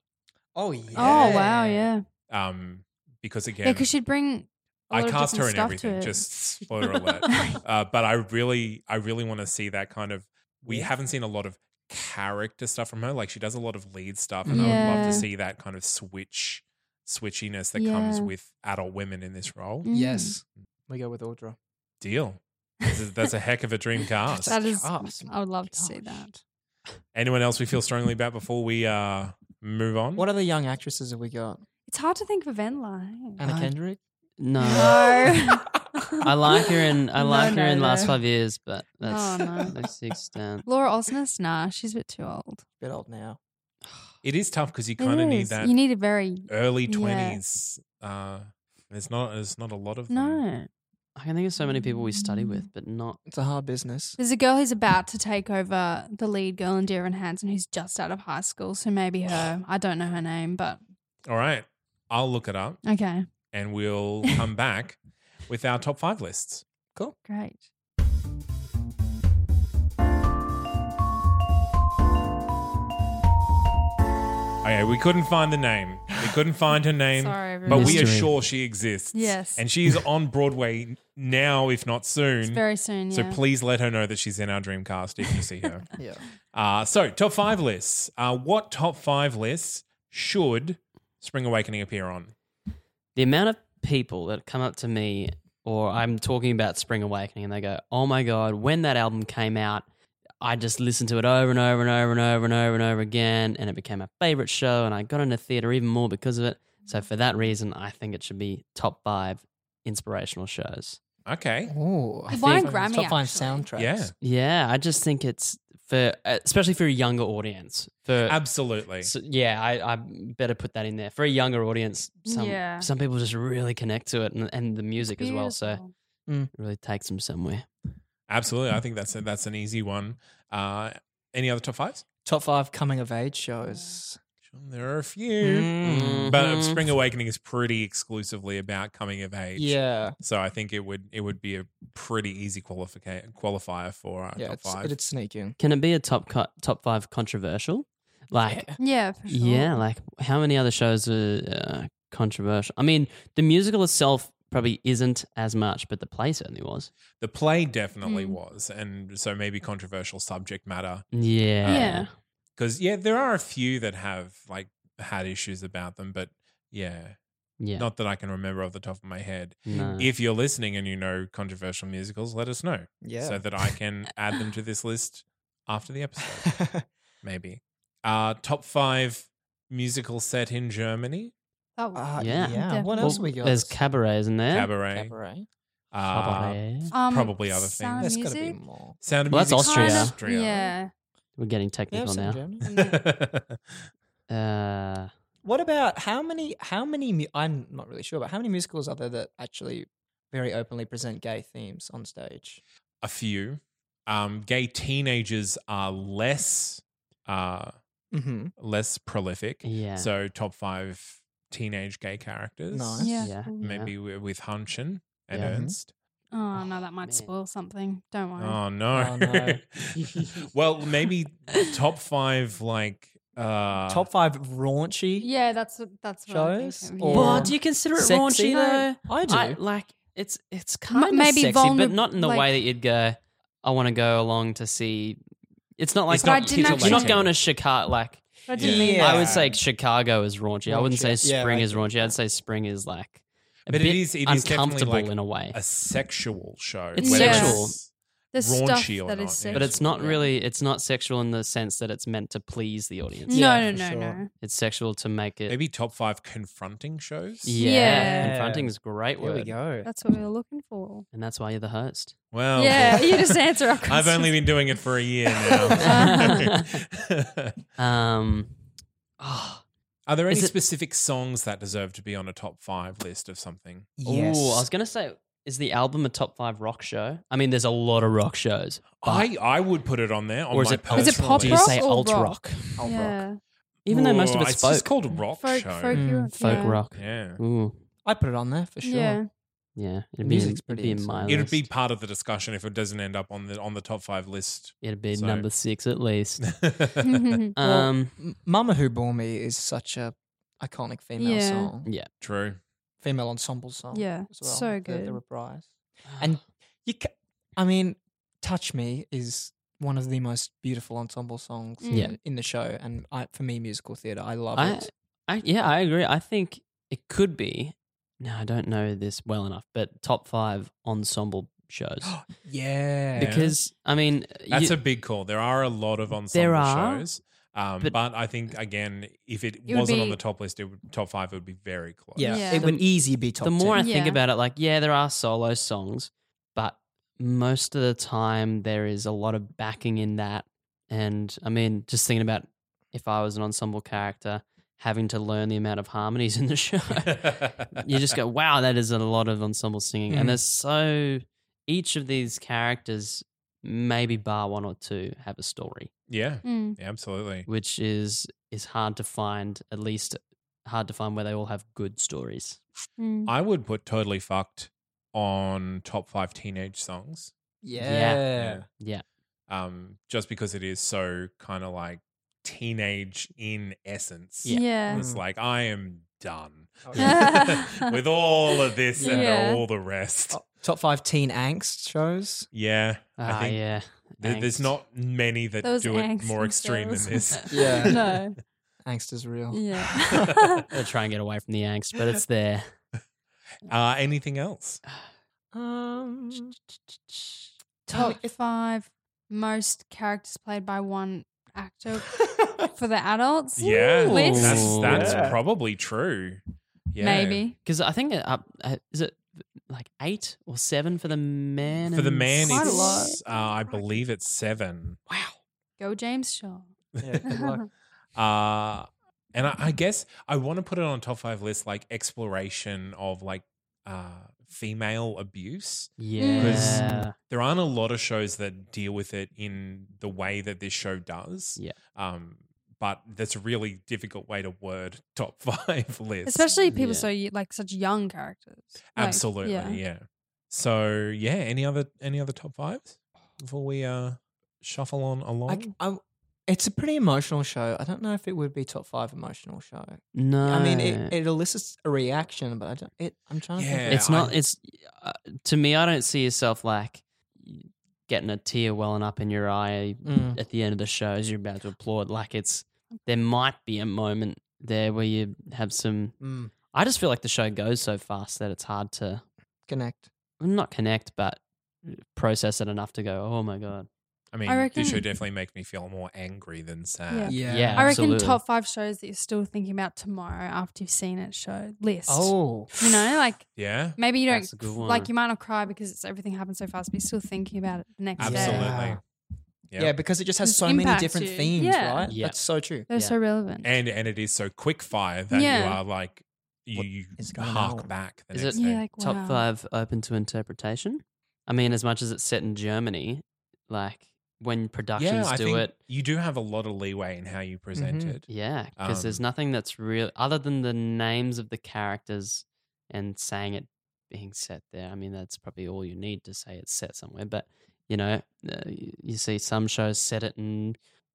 Speaker 4: Oh yeah.
Speaker 2: Oh wow, yeah.
Speaker 1: Um, because again,
Speaker 2: Yeah, because she'd bring. I
Speaker 1: I cast her in everything.
Speaker 2: [laughs]
Speaker 1: Just spoiler alert. uh, but I really, I really want to see that kind of. We haven't seen a lot of character stuff from her. Like she does a lot of lead stuff, and I would love
Speaker 2: Yeah.
Speaker 1: to see that kind of switch switchiness that comes
Speaker 2: Yeah.
Speaker 1: with adult women in this role.
Speaker 2: Mm.
Speaker 4: Yes. We go with Audra.
Speaker 1: Deal. This is- That's a heck of a
Speaker 2: [laughs]
Speaker 1: dream cast.
Speaker 2: That is-
Speaker 4: Cast.
Speaker 2: I would love to see
Speaker 4: Gosh.
Speaker 2: that.
Speaker 1: Anyone else we feel strongly about before we uh, move on?
Speaker 4: What other young actresses have we got?
Speaker 2: It's hard to think of Venla. eh?
Speaker 4: Anna
Speaker 3: I-
Speaker 4: Kendrick?
Speaker 2: [laughs]
Speaker 3: No.
Speaker 2: No.
Speaker 3: I like her in I
Speaker 2: [laughs] No,
Speaker 3: like her
Speaker 2: no,
Speaker 3: in last
Speaker 2: no.
Speaker 3: five years, but that's
Speaker 2: Oh, no.
Speaker 3: that's the extent.
Speaker 2: Laura Osnes, nah, she's a bit too old.
Speaker 4: [laughs] Bit old now.
Speaker 1: It is tough because you
Speaker 2: It
Speaker 1: kind of need
Speaker 2: is.
Speaker 1: that
Speaker 2: You need a very
Speaker 1: early
Speaker 2: Yeah.
Speaker 1: twenties. Uh, there's not there's not a lot of them.
Speaker 2: no.
Speaker 3: I can think of so many people we study with, but not
Speaker 4: It's a hard business.
Speaker 2: There's a girl who's about to take over the lead girl in Dear and Hanson who's just out of high school, so maybe
Speaker 1: [sighs]
Speaker 2: her. I don't know her name, but
Speaker 1: All right, I'll look it up
Speaker 2: okay,
Speaker 1: and
Speaker 2: [laughs]
Speaker 1: we'll come back with our top five lists.
Speaker 4: Cool.
Speaker 2: great.
Speaker 1: Okay, Oh, we couldn't find the name. We couldn't find her name.
Speaker 2: Sorry,
Speaker 1: But
Speaker 2: everyone.
Speaker 1: we are
Speaker 3: Mystery.
Speaker 1: sure she exists.
Speaker 2: Yes.
Speaker 1: And she's on Broadway now, if not
Speaker 2: It's
Speaker 1: soon.
Speaker 2: very soon.
Speaker 1: So
Speaker 2: Yeah.
Speaker 1: please let her know that she's in our Dreamcast if you see
Speaker 2: [laughs]
Speaker 1: her.
Speaker 4: Yeah.
Speaker 1: Uh, so, top five lists. Uh, what top five lists should Spring Awakening appear on?
Speaker 3: the amount of people that come up to me or I'm talking about Spring Awakening and they go, "Oh my god, when that album came out, I just listened to it over and over and over and over and over and over again, and it became my favorite show, and I got into theater even more because of it." So for that reason, I think it should be top five inspirational shows.
Speaker 1: Okay.
Speaker 4: Oh, I
Speaker 2: It won a
Speaker 4: think
Speaker 2: Grammy,
Speaker 4: top five
Speaker 2: actually.
Speaker 4: soundtracks.
Speaker 1: Yeah.
Speaker 3: Yeah, I just think it's for uh, especially for a younger audience. For
Speaker 1: Absolutely.
Speaker 3: so, yeah, I, I better put that in there for a younger audience. Some
Speaker 2: Yeah.
Speaker 3: some people just really connect to it and, and the music as well. So it
Speaker 2: Beautiful.
Speaker 3: really takes them somewhere.
Speaker 1: Absolutely. I think that's a, that's an easy one. Uh, any other top fives?
Speaker 4: Top five coming of age shows.
Speaker 1: Sure, There are a few.
Speaker 4: Mm.
Speaker 1: But
Speaker 2: Mm-hmm.
Speaker 3: Mhm.
Speaker 1: Spring Awakening is pretty exclusively about coming of age.
Speaker 4: Yeah.
Speaker 1: So I think it would it would be a pretty easy qualifica- qualifier for our
Speaker 4: Yeah.
Speaker 1: top
Speaker 4: It's,
Speaker 1: five.
Speaker 4: it'd sneak in.
Speaker 3: Can it be a top co- top five controversial? Like
Speaker 2: Yeah, for sure.
Speaker 3: yeah, like how many other shows are uh, controversial? I mean, the musical itself probably isn't as much, but the play certainly was.
Speaker 1: The play definitely
Speaker 2: Mm.
Speaker 1: was, and so maybe controversial subject matter.
Speaker 3: Yeah,
Speaker 2: Yeah.
Speaker 1: Because yeah, there are a few that have like had issues about them, but yeah,
Speaker 3: yeah.
Speaker 1: not that I can remember off the top of my head.
Speaker 3: no.
Speaker 4: Mm.
Speaker 1: If you're listening and you know controversial musicals, let us know
Speaker 4: Yeah. [laughs]
Speaker 1: so that I can add them to this list after the episode,
Speaker 4: [laughs]
Speaker 1: maybe. Uh, top five musical set in Germany,
Speaker 2: That would-
Speaker 4: Uh,
Speaker 3: Yeah.
Speaker 4: yeah. What
Speaker 2: Definitely.
Speaker 4: else
Speaker 3: Well,
Speaker 4: we got?
Speaker 3: There's cabaret, isn't there?
Speaker 1: Cabaret,
Speaker 4: Cabaret.
Speaker 1: uh,
Speaker 3: Cabaret.
Speaker 2: Um,
Speaker 1: probably other things.
Speaker 2: sound
Speaker 4: There's got to be
Speaker 2: music?
Speaker 4: more.
Speaker 1: Sound of
Speaker 3: Well, that's
Speaker 1: Music,
Speaker 3: Austria. Kind of-
Speaker 1: Austria.
Speaker 2: Yeah.
Speaker 3: We're getting
Speaker 4: They have
Speaker 3: technical
Speaker 4: some in
Speaker 3: now.
Speaker 4: Germany.
Speaker 1: [laughs]
Speaker 3: Uh,
Speaker 4: What about how many? How many? mu- I'm not really sure, but how many musicals are there that actually very openly present gay themes on stage?
Speaker 1: a few. Um, gay teenagers are less uh,
Speaker 4: Mm-hmm.
Speaker 1: less prolific.
Speaker 3: yeah.
Speaker 1: So top five teenage gay characters.
Speaker 4: Nice.
Speaker 2: Yeah.
Speaker 3: Yeah.
Speaker 2: cool.
Speaker 1: Maybe wi- with Hunchin and
Speaker 3: Yeah. Mhm.
Speaker 1: Ernst.
Speaker 2: Oh no, that might
Speaker 3: man.
Speaker 2: spoil something. Don't worry.
Speaker 1: Oh no.
Speaker 4: Oh, no.
Speaker 1: [laughs] well, maybe top five like uh
Speaker 4: Top five raunchy.
Speaker 2: yeah, that's what that's what I'm
Speaker 4: Shows?
Speaker 2: thinking.
Speaker 4: Or-
Speaker 3: Well,
Speaker 2: yeah.
Speaker 3: do you consider it
Speaker 4: Sexy?
Speaker 3: raunchy though?
Speaker 4: I do.
Speaker 3: like it's it's kind of
Speaker 2: maybe
Speaker 3: maybe sexy,
Speaker 2: vulner-
Speaker 3: but not in the
Speaker 2: like-
Speaker 3: way that you'd go. I want to go along to see. It's not like
Speaker 1: It's not
Speaker 3: you're- you're not,
Speaker 2: titillating.
Speaker 3: going to Chicago. Like
Speaker 2: I didn't mean
Speaker 4: Yeah.
Speaker 3: I would say, Chicago is raunchy. I wouldn't say
Speaker 4: Raunchy. Yeah,
Speaker 3: spring
Speaker 4: I
Speaker 3: is
Speaker 4: agree with
Speaker 3: raunchy. I'd
Speaker 4: that.
Speaker 3: say spring is like a
Speaker 1: But it
Speaker 3: bit
Speaker 1: is- it is definitely
Speaker 3: uncomfortable
Speaker 1: like
Speaker 3: in a way.
Speaker 1: a sexual show.
Speaker 3: It's
Speaker 1: whether
Speaker 2: sexual.
Speaker 1: it's-
Speaker 2: the stuff
Speaker 1: raunchy or
Speaker 2: that is
Speaker 1: not, yeah.
Speaker 3: but it's
Speaker 2: sexual.
Speaker 3: not really. It's not sexual in the sense that it's meant to please the audience.
Speaker 4: Yeah,
Speaker 2: no,
Speaker 4: for
Speaker 2: no, no,
Speaker 4: sure.
Speaker 2: no.
Speaker 3: It's sexual to make it.
Speaker 1: Maybe top five confronting shows.
Speaker 3: yeah,
Speaker 2: Yeah.
Speaker 3: confronting is a great
Speaker 4: There
Speaker 3: word,
Speaker 4: we go.
Speaker 2: That's what we were looking for.
Speaker 3: and that's why you're the host.
Speaker 1: Well,
Speaker 2: Yeah, you just answer our
Speaker 1: Oh, [laughs] I've only been doing it for a year
Speaker 3: [laughs]
Speaker 1: now. [laughs]
Speaker 3: Um, [gasps] oh,
Speaker 1: Are there any
Speaker 3: Is it-
Speaker 1: specific songs that deserve to be on a top five list of something?
Speaker 4: Yes.
Speaker 3: Ooh, I was gonna say, is the album a top five rock show? I mean, there's a lot of rock shows. but-
Speaker 1: I, I would put it on there. On
Speaker 3: Oh. or is
Speaker 1: my
Speaker 3: it
Speaker 1: personal
Speaker 2: Is it pop
Speaker 3: do
Speaker 1: list.
Speaker 3: you say
Speaker 2: rock or
Speaker 3: alt
Speaker 2: rock?
Speaker 3: rock?
Speaker 4: I'll rock.
Speaker 2: yeah.
Speaker 3: Even though most of
Speaker 1: Ooh,
Speaker 3: it's
Speaker 1: it's
Speaker 3: folk,
Speaker 1: just called rock
Speaker 2: folk,
Speaker 1: show.
Speaker 2: folk,
Speaker 4: Mm,
Speaker 2: rock,
Speaker 3: folk
Speaker 2: yeah.
Speaker 3: rock.
Speaker 1: Yeah.
Speaker 3: Ooh,
Speaker 4: I'd put it on there for sure. [laughs]
Speaker 2: Yeah.
Speaker 3: yeah.
Speaker 4: The
Speaker 3: It'd be, in,
Speaker 4: music's
Speaker 3: it'd
Speaker 4: pretty
Speaker 3: be in
Speaker 4: excellent.
Speaker 3: my
Speaker 1: It'd be
Speaker 3: list.
Speaker 1: part of the discussion if it doesn't end up on the on the top five
Speaker 3: [laughs]
Speaker 1: list.
Speaker 3: it'd be
Speaker 1: so-
Speaker 3: number six at least.
Speaker 2: Well,
Speaker 3: um,
Speaker 4: M- Mama Who Bore Me is such a iconic female
Speaker 2: Yeah.
Speaker 4: song,
Speaker 3: yeah.
Speaker 1: [laughs] True.
Speaker 4: female ensemble song.
Speaker 2: Yeah,
Speaker 4: as well,
Speaker 2: so
Speaker 4: the-
Speaker 2: good.
Speaker 4: The reprise, and you. Ca- I mean, "Touch Me" is one of the most beautiful ensemble songs
Speaker 2: Yeah.
Speaker 4: in, in the show, and I, for me, musical theater, I love
Speaker 3: I,
Speaker 4: it.
Speaker 3: I, yeah, I agree. I think it could be. No, I don't know this well enough, but top five ensemble
Speaker 1: [gasps]
Speaker 3: shows [gasps]
Speaker 4: yeah.
Speaker 3: because I mean
Speaker 1: That's
Speaker 3: you-
Speaker 1: a big call. There are a lot of ensemble
Speaker 3: There are,
Speaker 1: shows. Um, but,
Speaker 3: but-
Speaker 1: I think again, if it,
Speaker 2: It would
Speaker 1: wasn't on
Speaker 2: be-
Speaker 1: the top list, it would, top five it would be very close. [laughs]
Speaker 4: yeah,
Speaker 2: Yeah.
Speaker 4: it would easy be top
Speaker 3: the more I
Speaker 4: 10.
Speaker 2: ten.
Speaker 3: think
Speaker 2: Yeah.
Speaker 3: about it, like yeah, there are solo songs, but most of the time there is a lot of backing in that. And I mean, just thinking about if I was an ensemble character, having to learn the amount of harmonies in the [laughs] show, you just go, wow, that is a lot of ensemble singing.
Speaker 4: Mhm.
Speaker 3: And there's so each of these characters, maybe bar one or two, have a story,
Speaker 1: yeah,
Speaker 2: Mm.
Speaker 1: yeah, absolutely.
Speaker 3: which is is hard to find. At least hard to find where they all have good stories.
Speaker 2: Mm.
Speaker 1: I would put totally fucked on top five teenage songs.
Speaker 4: yeah.
Speaker 3: Yeah.
Speaker 1: um, just because it is so kind of like teenage in essence.
Speaker 3: Yeah.
Speaker 2: Yeah.
Speaker 1: It's like, I am
Speaker 3: [laughs]
Speaker 1: done [laughs] with
Speaker 2: With
Speaker 1: all of this
Speaker 2: Yeah.
Speaker 1: and all the rest.
Speaker 4: Oh, [laughs] Top five teen angst shows.
Speaker 1: Yeah.
Speaker 3: Ah,
Speaker 1: I think
Speaker 3: yeah.
Speaker 1: th- there's
Speaker 3: Angst.
Speaker 1: not many that
Speaker 2: Those
Speaker 1: do it
Speaker 2: angst
Speaker 1: more extreme than
Speaker 2: themselves.
Speaker 1: this. [laughs]
Speaker 2: [laughs]
Speaker 4: Yeah. [laughs] Oh.
Speaker 2: no.
Speaker 4: Angst is
Speaker 1: [laughs]
Speaker 4: real.
Speaker 2: Yeah. [laughs]
Speaker 3: They'll try and get away from the angst, but it's there.
Speaker 1: Uh, anything else?
Speaker 4: Um,
Speaker 2: Top five most characters played by one actor for the adults.
Speaker 1: Yeah.
Speaker 2: List?
Speaker 1: That's, that's
Speaker 4: Yeah.
Speaker 1: probably true. Yeah.
Speaker 2: Maybe.
Speaker 3: Because I think it up uh, is it like eight or seven for the man?
Speaker 1: For the
Speaker 3: and
Speaker 1: man,
Speaker 2: Quite a lot.
Speaker 1: it's, uh, I believe it's seven.
Speaker 3: wow.
Speaker 2: Go James Shaw.
Speaker 4: yeah, good luck.
Speaker 1: Uh, and I, I guess I want to put it on top five list, like exploration of like uh, female abuse.
Speaker 3: Yeah,
Speaker 1: There aren't a lot of shows that deal with it in the way that this show does.
Speaker 3: Yeah.
Speaker 1: Um, but that's a really difficult way to word [laughs] top five list.
Speaker 2: Especially people
Speaker 3: Yeah.
Speaker 2: so y- like such young characters. Like,
Speaker 1: Absolutely. yeah. So yeah, any other any other top fives before we uh shuffle on
Speaker 4: [laughs] I
Speaker 1: along?
Speaker 4: c- I- it's a pretty emotional show. I don't know if it would be top five emotional show.
Speaker 3: no.
Speaker 4: I mean, it, it elicits a reaction, but I don't. It, I'm trying to think.
Speaker 1: Yeah,
Speaker 4: of-
Speaker 3: Uh. it's not.
Speaker 1: I'm-
Speaker 3: it's uh, to me. I don't see yourself like getting a tear welling up in your eye
Speaker 4: Mm.
Speaker 3: at the end of the show as you're about to applaud. Like it's there might be a moment there where you have some.
Speaker 4: Mm,
Speaker 3: I just feel like the show goes so fast that it's hard to
Speaker 4: connect.
Speaker 3: not connect, but process it enough to go, oh my god.
Speaker 1: I mean,
Speaker 2: I
Speaker 1: this show
Speaker 2: reckon-
Speaker 1: definitely makes me feel more angry than sad.
Speaker 3: Yeah,
Speaker 2: I reckon
Speaker 3: absolutely.
Speaker 2: top five shows that you're still thinking about tomorrow after you've seen it show list.
Speaker 4: Oh.
Speaker 2: You know, like
Speaker 1: yeah?
Speaker 2: maybe you don't
Speaker 3: That's a good one.
Speaker 2: like you might not cry because it's everything happened so fast, but you're still thinking about it the next
Speaker 1: Absolutely.
Speaker 2: day.
Speaker 4: Yeah.
Speaker 1: Yeah.
Speaker 4: Yeah. because it just has
Speaker 2: Just
Speaker 4: so many
Speaker 2: impacts
Speaker 4: different
Speaker 2: you.
Speaker 4: themes,
Speaker 2: Yeah.
Speaker 4: right?
Speaker 3: Yeah.
Speaker 4: That's so true.
Speaker 2: They're
Speaker 3: Yeah.
Speaker 2: so relevant.
Speaker 1: and and it is so quick fire that you
Speaker 2: Yeah.
Speaker 1: are like you,
Speaker 4: What
Speaker 1: you
Speaker 4: is going
Speaker 1: hark
Speaker 4: on?
Speaker 1: back. The
Speaker 3: Is
Speaker 1: next
Speaker 3: it-
Speaker 1: day.
Speaker 2: yeah, like
Speaker 3: Top
Speaker 2: wow.
Speaker 3: five open to interpretation. I mean, as much as it's set in Germany, like when productions
Speaker 1: I
Speaker 3: do
Speaker 1: think
Speaker 3: it, Mm-hmm.
Speaker 1: you do have a lot of leeway in how you present
Speaker 4: Mhm.
Speaker 1: it.
Speaker 3: yeah, because there's
Speaker 1: Um,
Speaker 3: nothing that's real other than the names of the characters and saying it being set there. I mean, that's probably all you need to say it's set somewhere. But you know, uh, y- you see some shows set it in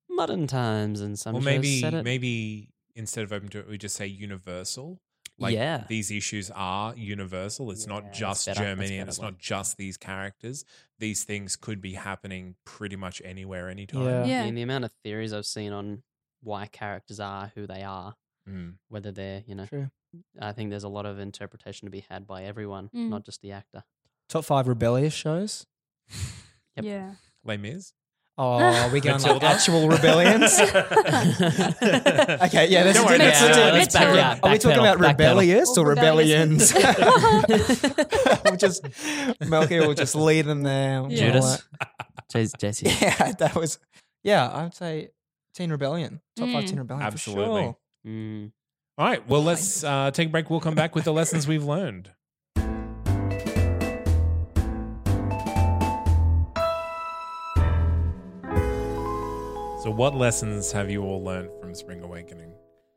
Speaker 3: modern times, and some
Speaker 1: Or
Speaker 3: shows
Speaker 1: maybe
Speaker 3: set it.
Speaker 1: maybe instead of open to it, we just say universal. Like
Speaker 3: Yeah.
Speaker 1: these issues are universal. It's
Speaker 3: Yeah,
Speaker 1: not
Speaker 3: that's
Speaker 1: just
Speaker 3: better. That's
Speaker 1: Germany and
Speaker 3: better
Speaker 1: it's
Speaker 3: way.
Speaker 1: not just these characters. These things could be happening pretty much anywhere, anytime.
Speaker 4: Yeah.
Speaker 3: I
Speaker 2: Yeah.
Speaker 3: mean, the amount of theories I've seen on why characters are who they are,
Speaker 1: Mm.
Speaker 3: whether they're, you know,
Speaker 4: True.
Speaker 3: I think there's a lot of interpretation to be had by everyone,
Speaker 2: Mm.
Speaker 3: not just the
Speaker 2: [laughs]
Speaker 3: actor.
Speaker 4: Top five rebellious shows.
Speaker 3: Yep.
Speaker 2: Yeah.
Speaker 1: Les Mis?
Speaker 4: Oh, are we going like
Speaker 1: Matilda? [laughs]
Speaker 2: [laughs]
Speaker 4: actual rebellions? [laughs]
Speaker 3: [laughs]
Speaker 4: Okay, yeah, that's
Speaker 1: Don't
Speaker 4: a
Speaker 1: worry, Matilda,
Speaker 4: different- that's a
Speaker 1: let's
Speaker 4: different-
Speaker 2: back
Speaker 3: out,
Speaker 4: Are we
Speaker 3: backpedal,
Speaker 4: talking about
Speaker 3: backpedal.
Speaker 4: rebellious or
Speaker 2: Or
Speaker 4: rebellions?
Speaker 2: rebellious.
Speaker 4: [laughs]
Speaker 2: [laughs]
Speaker 4: we'll just Melky will just lead them there. We'll
Speaker 2: Yeah.
Speaker 3: Judas. Jesse.
Speaker 4: let-
Speaker 3: Jesse.
Speaker 4: [laughs] Yeah, that was. Yeah, I would say Teen Rebellion, top five
Speaker 2: Mm.
Speaker 4: Teen Rebellion.
Speaker 1: Absolutely.
Speaker 4: for sure.
Speaker 3: Mm.
Speaker 1: All right. Well, let's uh, take a break. We'll come back with the lessons we've learned. So, what lessons have you all learned from Spring Awakening?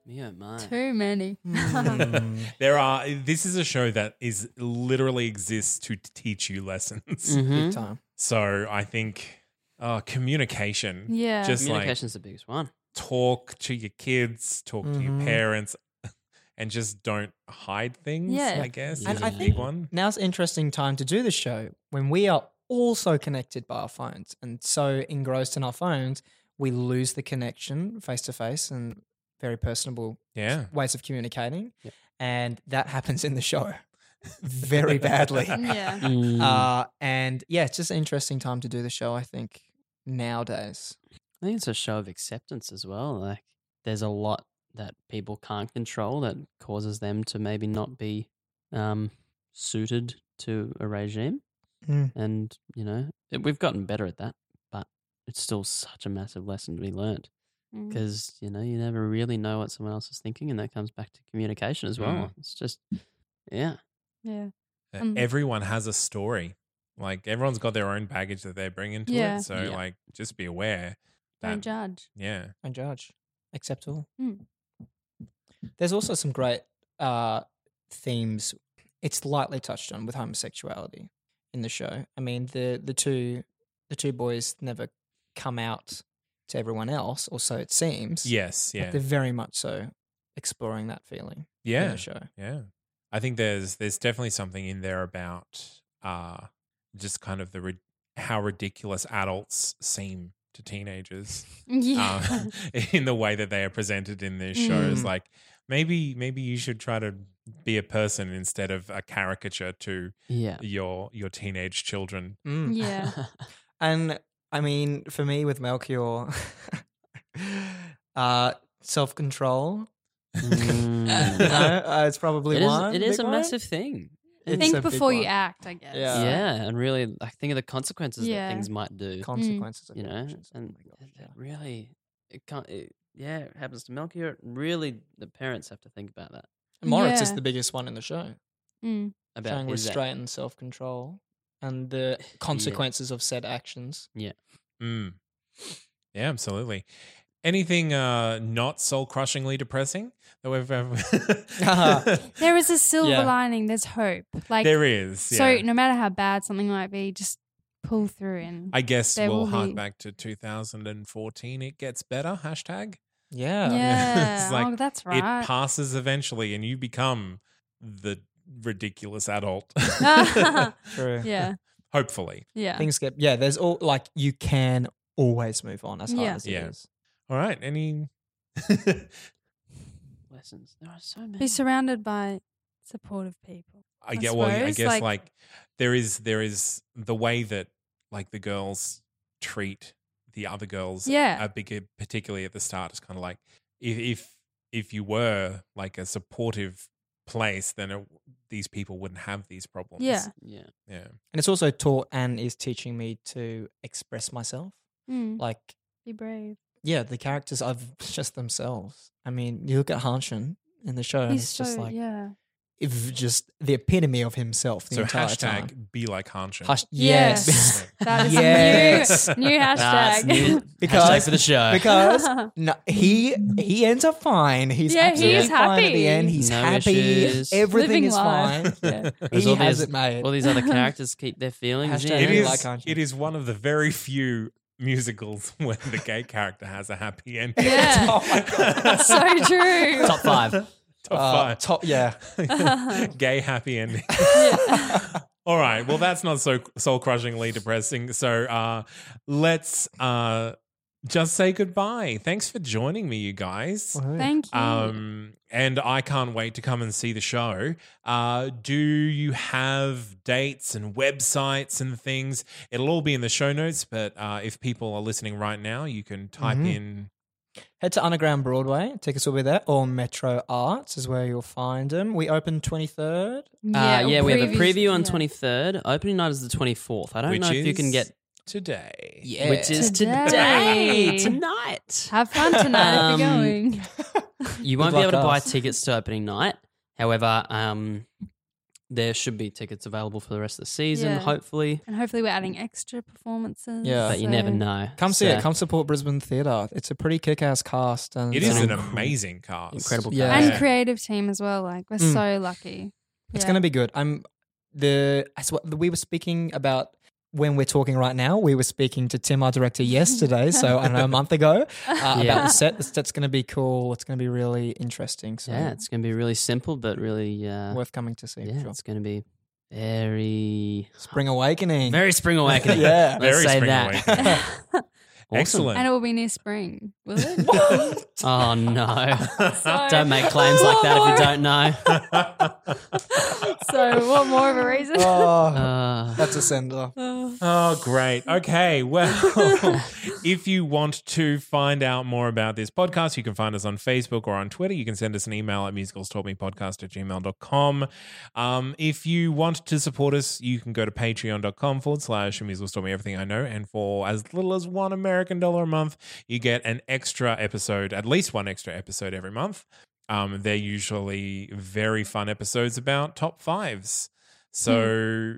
Speaker 3: Me oh my.
Speaker 2: Too many.
Speaker 4: Mm.
Speaker 1: [laughs] There are. This is a show that is literally exists to teach you lessons.
Speaker 3: Mhm.
Speaker 4: Big time.
Speaker 1: So, I think uh, communication.
Speaker 2: Yeah.
Speaker 1: Just like
Speaker 3: Communication's the biggest one.
Speaker 1: talk to your kids, talk to your
Speaker 4: Mhm.
Speaker 1: parents, [laughs] and just don't hide things.
Speaker 2: Yeah.
Speaker 1: I guess
Speaker 3: And
Speaker 1: is
Speaker 4: I
Speaker 1: a big
Speaker 4: think-
Speaker 1: one.
Speaker 4: Now's an interesting time to do the show when we are also connected by our phones and so engrossed in our phones, we lose the connection face to face and very personable
Speaker 1: Yeah.
Speaker 4: ways of communicating.
Speaker 3: Yep.
Speaker 4: and that happens in the show very badly.
Speaker 2: yeah.
Speaker 4: Uh, and yeah, it's just an interesting time to do the show. I think nowadays.
Speaker 3: I think it's a show of acceptance as well. Like there's a lot that people can't control that causes them to maybe not be um, suited to a regime.
Speaker 4: Mm.
Speaker 3: And, you know, it, we've gotten better at that, but it's still such a massive lesson to be learned
Speaker 2: [laughs] Mm.
Speaker 3: because, you know, you never really know what someone else is thinking. And that comes back to communication as well.
Speaker 1: Mm.
Speaker 3: It's just, yeah.
Speaker 2: Yeah.
Speaker 1: Uh,
Speaker 2: Um,
Speaker 1: everyone has a story. Like everyone's got their own baggage that they're bringing to
Speaker 2: Yeah.
Speaker 1: it. So
Speaker 3: Yeah.
Speaker 1: like, just be aware. That,
Speaker 2: Don't judge.
Speaker 1: yeah.
Speaker 4: and judge. Accept all.
Speaker 2: Mm.
Speaker 4: There's also some great uh, themes. It's lightly touched on with homosexuality in the show. I mean, the the two the two boys never come out to everyone else, or so it seems.
Speaker 1: Yes.
Speaker 4: But
Speaker 1: Yeah.
Speaker 4: they're very much so exploring that feeling in
Speaker 1: Yeah.
Speaker 4: the show.
Speaker 1: Yeah. I think there's there's definitely something in there about uh just kind of the rid- how ridiculous adults seem to teenagers.
Speaker 2: Yeah. [laughs]
Speaker 1: [laughs] um, in the way that they are presented in this show is
Speaker 4: Mm.
Speaker 1: like maybe maybe you should try to be a person instead of a caricature to
Speaker 3: Yeah.
Speaker 1: your your teenage children.
Speaker 4: Mm.
Speaker 2: yeah.
Speaker 4: And I mean, for me with Melchior, [laughs] uh, self
Speaker 1: [laughs]
Speaker 4: control.
Speaker 3: [laughs]
Speaker 4: [laughs]
Speaker 3: Mm.
Speaker 4: You know, uh, it's probably
Speaker 3: It is-
Speaker 4: one.
Speaker 3: it is
Speaker 4: big
Speaker 3: a
Speaker 4: one.
Speaker 3: massive thing.
Speaker 4: It's
Speaker 3: And-
Speaker 4: a
Speaker 2: Think
Speaker 4: big
Speaker 2: before you
Speaker 4: one.
Speaker 2: act, I guess.
Speaker 4: Yeah.
Speaker 3: yeah, and really, like think of the consequences
Speaker 2: Yeah.
Speaker 3: that things might do.
Speaker 4: consequences. of
Speaker 3: Mm. you
Speaker 4: your
Speaker 3: know,
Speaker 4: actions. Oh
Speaker 3: and
Speaker 4: my
Speaker 3: it-
Speaker 4: gosh,
Speaker 3: it
Speaker 4: yeah.
Speaker 3: really, it can't. It, yeah, it happens to Melchior. Really, the parents have to think about that.
Speaker 4: Moritz is
Speaker 2: Yeah.
Speaker 4: the biggest one in the show,
Speaker 2: Mm.
Speaker 3: About
Speaker 4: showing
Speaker 3: his act-
Speaker 4: restraint and self control
Speaker 3: [laughs]
Speaker 4: and the consequences of said actions.
Speaker 1: Mm. Yeah, absolutely. Anything uh not soul crushingly depressing that we've [laughs] ever
Speaker 2: Uh-huh. There is a silver
Speaker 4: Yeah.
Speaker 2: lining. There's hope. Like
Speaker 1: there is. Yeah.
Speaker 2: so, no matter how bad something might be, just pull through and
Speaker 1: I guess
Speaker 2: there
Speaker 1: we'll
Speaker 2: will
Speaker 1: hark
Speaker 2: be-
Speaker 1: back to 2014. It gets better. Hashtag.
Speaker 4: [laughs] Yeah.
Speaker 2: yeah.
Speaker 1: It's like,
Speaker 2: oh, that's right.
Speaker 1: It passes eventually, and you become the ridiculous
Speaker 2: [laughs]
Speaker 1: adult. [laughs]
Speaker 4: True.
Speaker 2: [laughs] yeah.
Speaker 1: Hopefully.
Speaker 2: Yeah.
Speaker 4: [laughs] Things get yeah. There's all like you can always move on as hard
Speaker 2: Yeah.
Speaker 4: as it
Speaker 1: Yeah.
Speaker 4: is.
Speaker 1: All right.
Speaker 4: [laughs]
Speaker 1: Any.
Speaker 3: lessons. There are so many.
Speaker 2: Be surrounded by supportive people.
Speaker 1: I get. Well, I
Speaker 2: suppose,
Speaker 1: guess like,
Speaker 2: like-
Speaker 1: there is there is the way that like the girls treat the other girls.
Speaker 2: Yeah.
Speaker 1: A big, particularly at the start, it's kind of like if if if you were like a supportive place, then it, these people wouldn't have these problems.
Speaker 2: Yeah.
Speaker 3: yeah,
Speaker 1: Yeah.
Speaker 4: And it's also taught and is teaching me to express myself.
Speaker 2: Mm.
Speaker 4: Like
Speaker 2: Be brave.
Speaker 4: yeah, the characters are [laughs] just themselves. I mean, you look at Hanshin in the show, and
Speaker 2: He's
Speaker 4: it's just
Speaker 2: so
Speaker 4: like
Speaker 2: yeah.
Speaker 4: if just the epitome of himself the
Speaker 1: So
Speaker 4: entire
Speaker 1: hashtag
Speaker 4: time.
Speaker 1: be like Hanshin.
Speaker 4: Hash-
Speaker 2: Yes.
Speaker 4: yes. [laughs]
Speaker 2: That is
Speaker 4: Yes.
Speaker 2: a new, new
Speaker 3: That's
Speaker 2: hashtag. [laughs]
Speaker 4: [laughs]
Speaker 3: new.
Speaker 4: Because-
Speaker 3: Hashtag for the show.
Speaker 4: because no, he he ends up fine. He's
Speaker 2: Yeah, he
Speaker 4: absolutely
Speaker 2: is
Speaker 4: fine at
Speaker 2: happy.
Speaker 4: the end. He's
Speaker 3: No
Speaker 4: happy.
Speaker 3: issues.
Speaker 4: Everything
Speaker 2: Living
Speaker 4: is
Speaker 2: life. [laughs]
Speaker 4: fine. Yeah.
Speaker 3: [laughs] There's
Speaker 4: he
Speaker 3: all
Speaker 4: has
Speaker 3: these-
Speaker 4: it made.
Speaker 3: all these other characters keep their feelings
Speaker 4: Hashtag
Speaker 3: in.
Speaker 1: it
Speaker 4: really
Speaker 1: is.
Speaker 4: like Hanshin.
Speaker 1: it is one of the very few musicals [laughs] where the gay character has a happy ending.
Speaker 2: Yeah.
Speaker 4: [laughs] Oh my God.
Speaker 2: That's so true.
Speaker 3: top
Speaker 4: [laughs]
Speaker 3: five.
Speaker 1: [laughs] Top
Speaker 4: Uh,
Speaker 1: five.
Speaker 4: top- yeah. uh-huh.
Speaker 1: [laughs] gay happy ending.
Speaker 2: [laughs] Yeah.
Speaker 1: All right. Well, that's not so soul crushingly depressing. So uh, let's uh, just say goodbye. Thanks for joining me, you guys.
Speaker 2: Thank
Speaker 3: Mm.
Speaker 2: you.
Speaker 1: Um, and I can't wait to come and see the show. Uh, do you have dates and websites and things? It'll all be in the show notes, but uh, if people are listening right now, you can type
Speaker 3: Mm-hmm.
Speaker 4: Mhm.
Speaker 1: in.
Speaker 4: Head to Underground Broadway. Tickets will be there. Or Metro Arts is where you'll find them. We open 23rd.
Speaker 3: Yeah, uh, yeah
Speaker 2: or
Speaker 3: we have a preview on
Speaker 2: yeah.
Speaker 3: 23rd. Opening night is the 24th. I don't
Speaker 1: Which
Speaker 3: know if you can
Speaker 1: is
Speaker 3: get,
Speaker 1: today.
Speaker 3: which is
Speaker 2: Today.
Speaker 3: today, tonight.
Speaker 2: Have fun tonight if you're
Speaker 3: Um,
Speaker 2: going.
Speaker 3: You
Speaker 4: Good
Speaker 3: won't be
Speaker 4: luck
Speaker 3: able to buy
Speaker 4: us.
Speaker 3: tickets to opening night. However, um, there should be tickets available for the rest of the season,
Speaker 2: Yeah.
Speaker 3: hopefully.
Speaker 2: And hopefully we're adding extra performances.
Speaker 4: Yeah.
Speaker 3: But you
Speaker 2: so-
Speaker 3: never know.
Speaker 4: Come see
Speaker 3: So,
Speaker 4: it. Come support Brisbane Theatre. It's a pretty kick ass cast. And
Speaker 1: It is
Speaker 3: It's
Speaker 1: an
Speaker 3: an
Speaker 1: amazing cast.
Speaker 3: Incredible
Speaker 4: Yeah.
Speaker 3: cast.
Speaker 2: And creative team as well. Like we're
Speaker 4: Mm.
Speaker 2: so lucky.
Speaker 4: It's going to be good. I'm the as what we were speaking about when we're talking right now. We were speaking to Tim,
Speaker 3: [laughs]
Speaker 4: our director, yesterday. so I don't know a month ago uh, about
Speaker 3: Yeah.
Speaker 4: the set. The set's going to be cool. It's going to be really interesting. So
Speaker 3: Yeah, it's going to be really simple, but really, uh,
Speaker 4: worth coming to see. for
Speaker 3: yeah,
Speaker 4: sure.
Speaker 3: it's going to be very,
Speaker 4: Spring
Speaker 3: [laughs]
Speaker 4: Awakening.
Speaker 3: very spring awakening.
Speaker 4: yeah.
Speaker 3: Let's
Speaker 1: Very
Speaker 3: say
Speaker 1: spring
Speaker 3: that.
Speaker 1: awakening.
Speaker 3: [laughs] Awesome.
Speaker 1: Excellent.
Speaker 2: And it will be near spring, Will
Speaker 1: [laughs]
Speaker 2: it? [laughs]
Speaker 3: Oh no!
Speaker 4: [laughs]
Speaker 2: Sorry.
Speaker 3: don't make claims like that
Speaker 2: Oh,
Speaker 3: if you don't know.
Speaker 2: so what more of a reason?
Speaker 4: [laughs]
Speaker 3: [laughs]
Speaker 4: Oh,
Speaker 3: Uh,
Speaker 4: that's a sender.
Speaker 1: Oh, great. Okay. Well, if you want to find out more about this podcast, you can find us on Facebook or on Twitter. You can send us an email at musicalstalkmepodcast at gmail.com. Um, if you want to support us, you can go to patreon.com forward slash musicals taught me everything I know. And for as little as one American dollar a month, you get an extra episode, at least one extra episode every month. Um, they're usually very fun episodes about top fives. So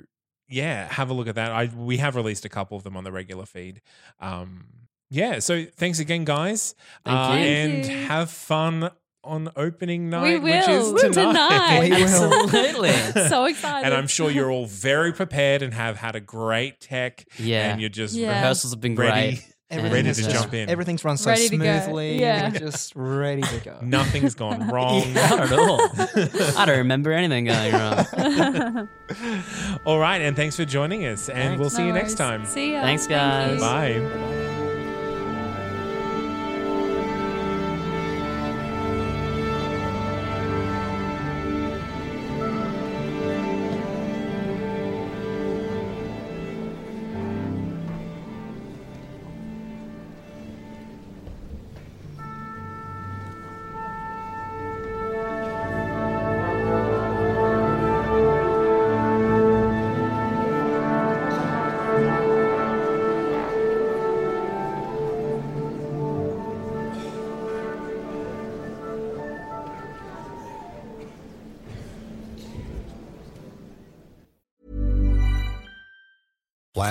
Speaker 1: yeah, have a look at that. I we have released a couple of them on the regular feed. Um, yeah, so thanks again, guys, Uh,
Speaker 3: Thank you.
Speaker 1: and
Speaker 3: Thank
Speaker 2: you.
Speaker 1: have fun on opening night,
Speaker 2: [laughs] We will.
Speaker 1: which is
Speaker 2: Tonight.
Speaker 1: tonight. [laughs]
Speaker 4: We will.
Speaker 3: absolutely.
Speaker 2: [laughs] so excited.
Speaker 1: And I'm sure
Speaker 2: [laughs]
Speaker 1: you're all very prepared and have had a great tech.
Speaker 3: Yeah.
Speaker 1: and you're just
Speaker 2: Yeah.
Speaker 3: Rehearsals have been
Speaker 1: ready.
Speaker 3: great.
Speaker 1: Ready
Speaker 3: Everything's
Speaker 1: to
Speaker 3: just-
Speaker 1: jump in.
Speaker 4: Everything's run so
Speaker 2: Ready to go.
Speaker 4: smoothly.
Speaker 2: Yeah.
Speaker 4: We're just ready to
Speaker 3: [laughs]
Speaker 4: go.
Speaker 1: [laughs] Nothing's gone wrong.
Speaker 3: Not at all. I don't remember anything going
Speaker 4: [laughs]
Speaker 3: wrong.
Speaker 1: [laughs] all right, and thanks for joining us. And we'll see
Speaker 2: No
Speaker 1: you next
Speaker 2: worries.
Speaker 1: time.
Speaker 2: See ya.
Speaker 3: Thanks,
Speaker 2: Thank
Speaker 3: guys.
Speaker 2: you.
Speaker 1: Bye.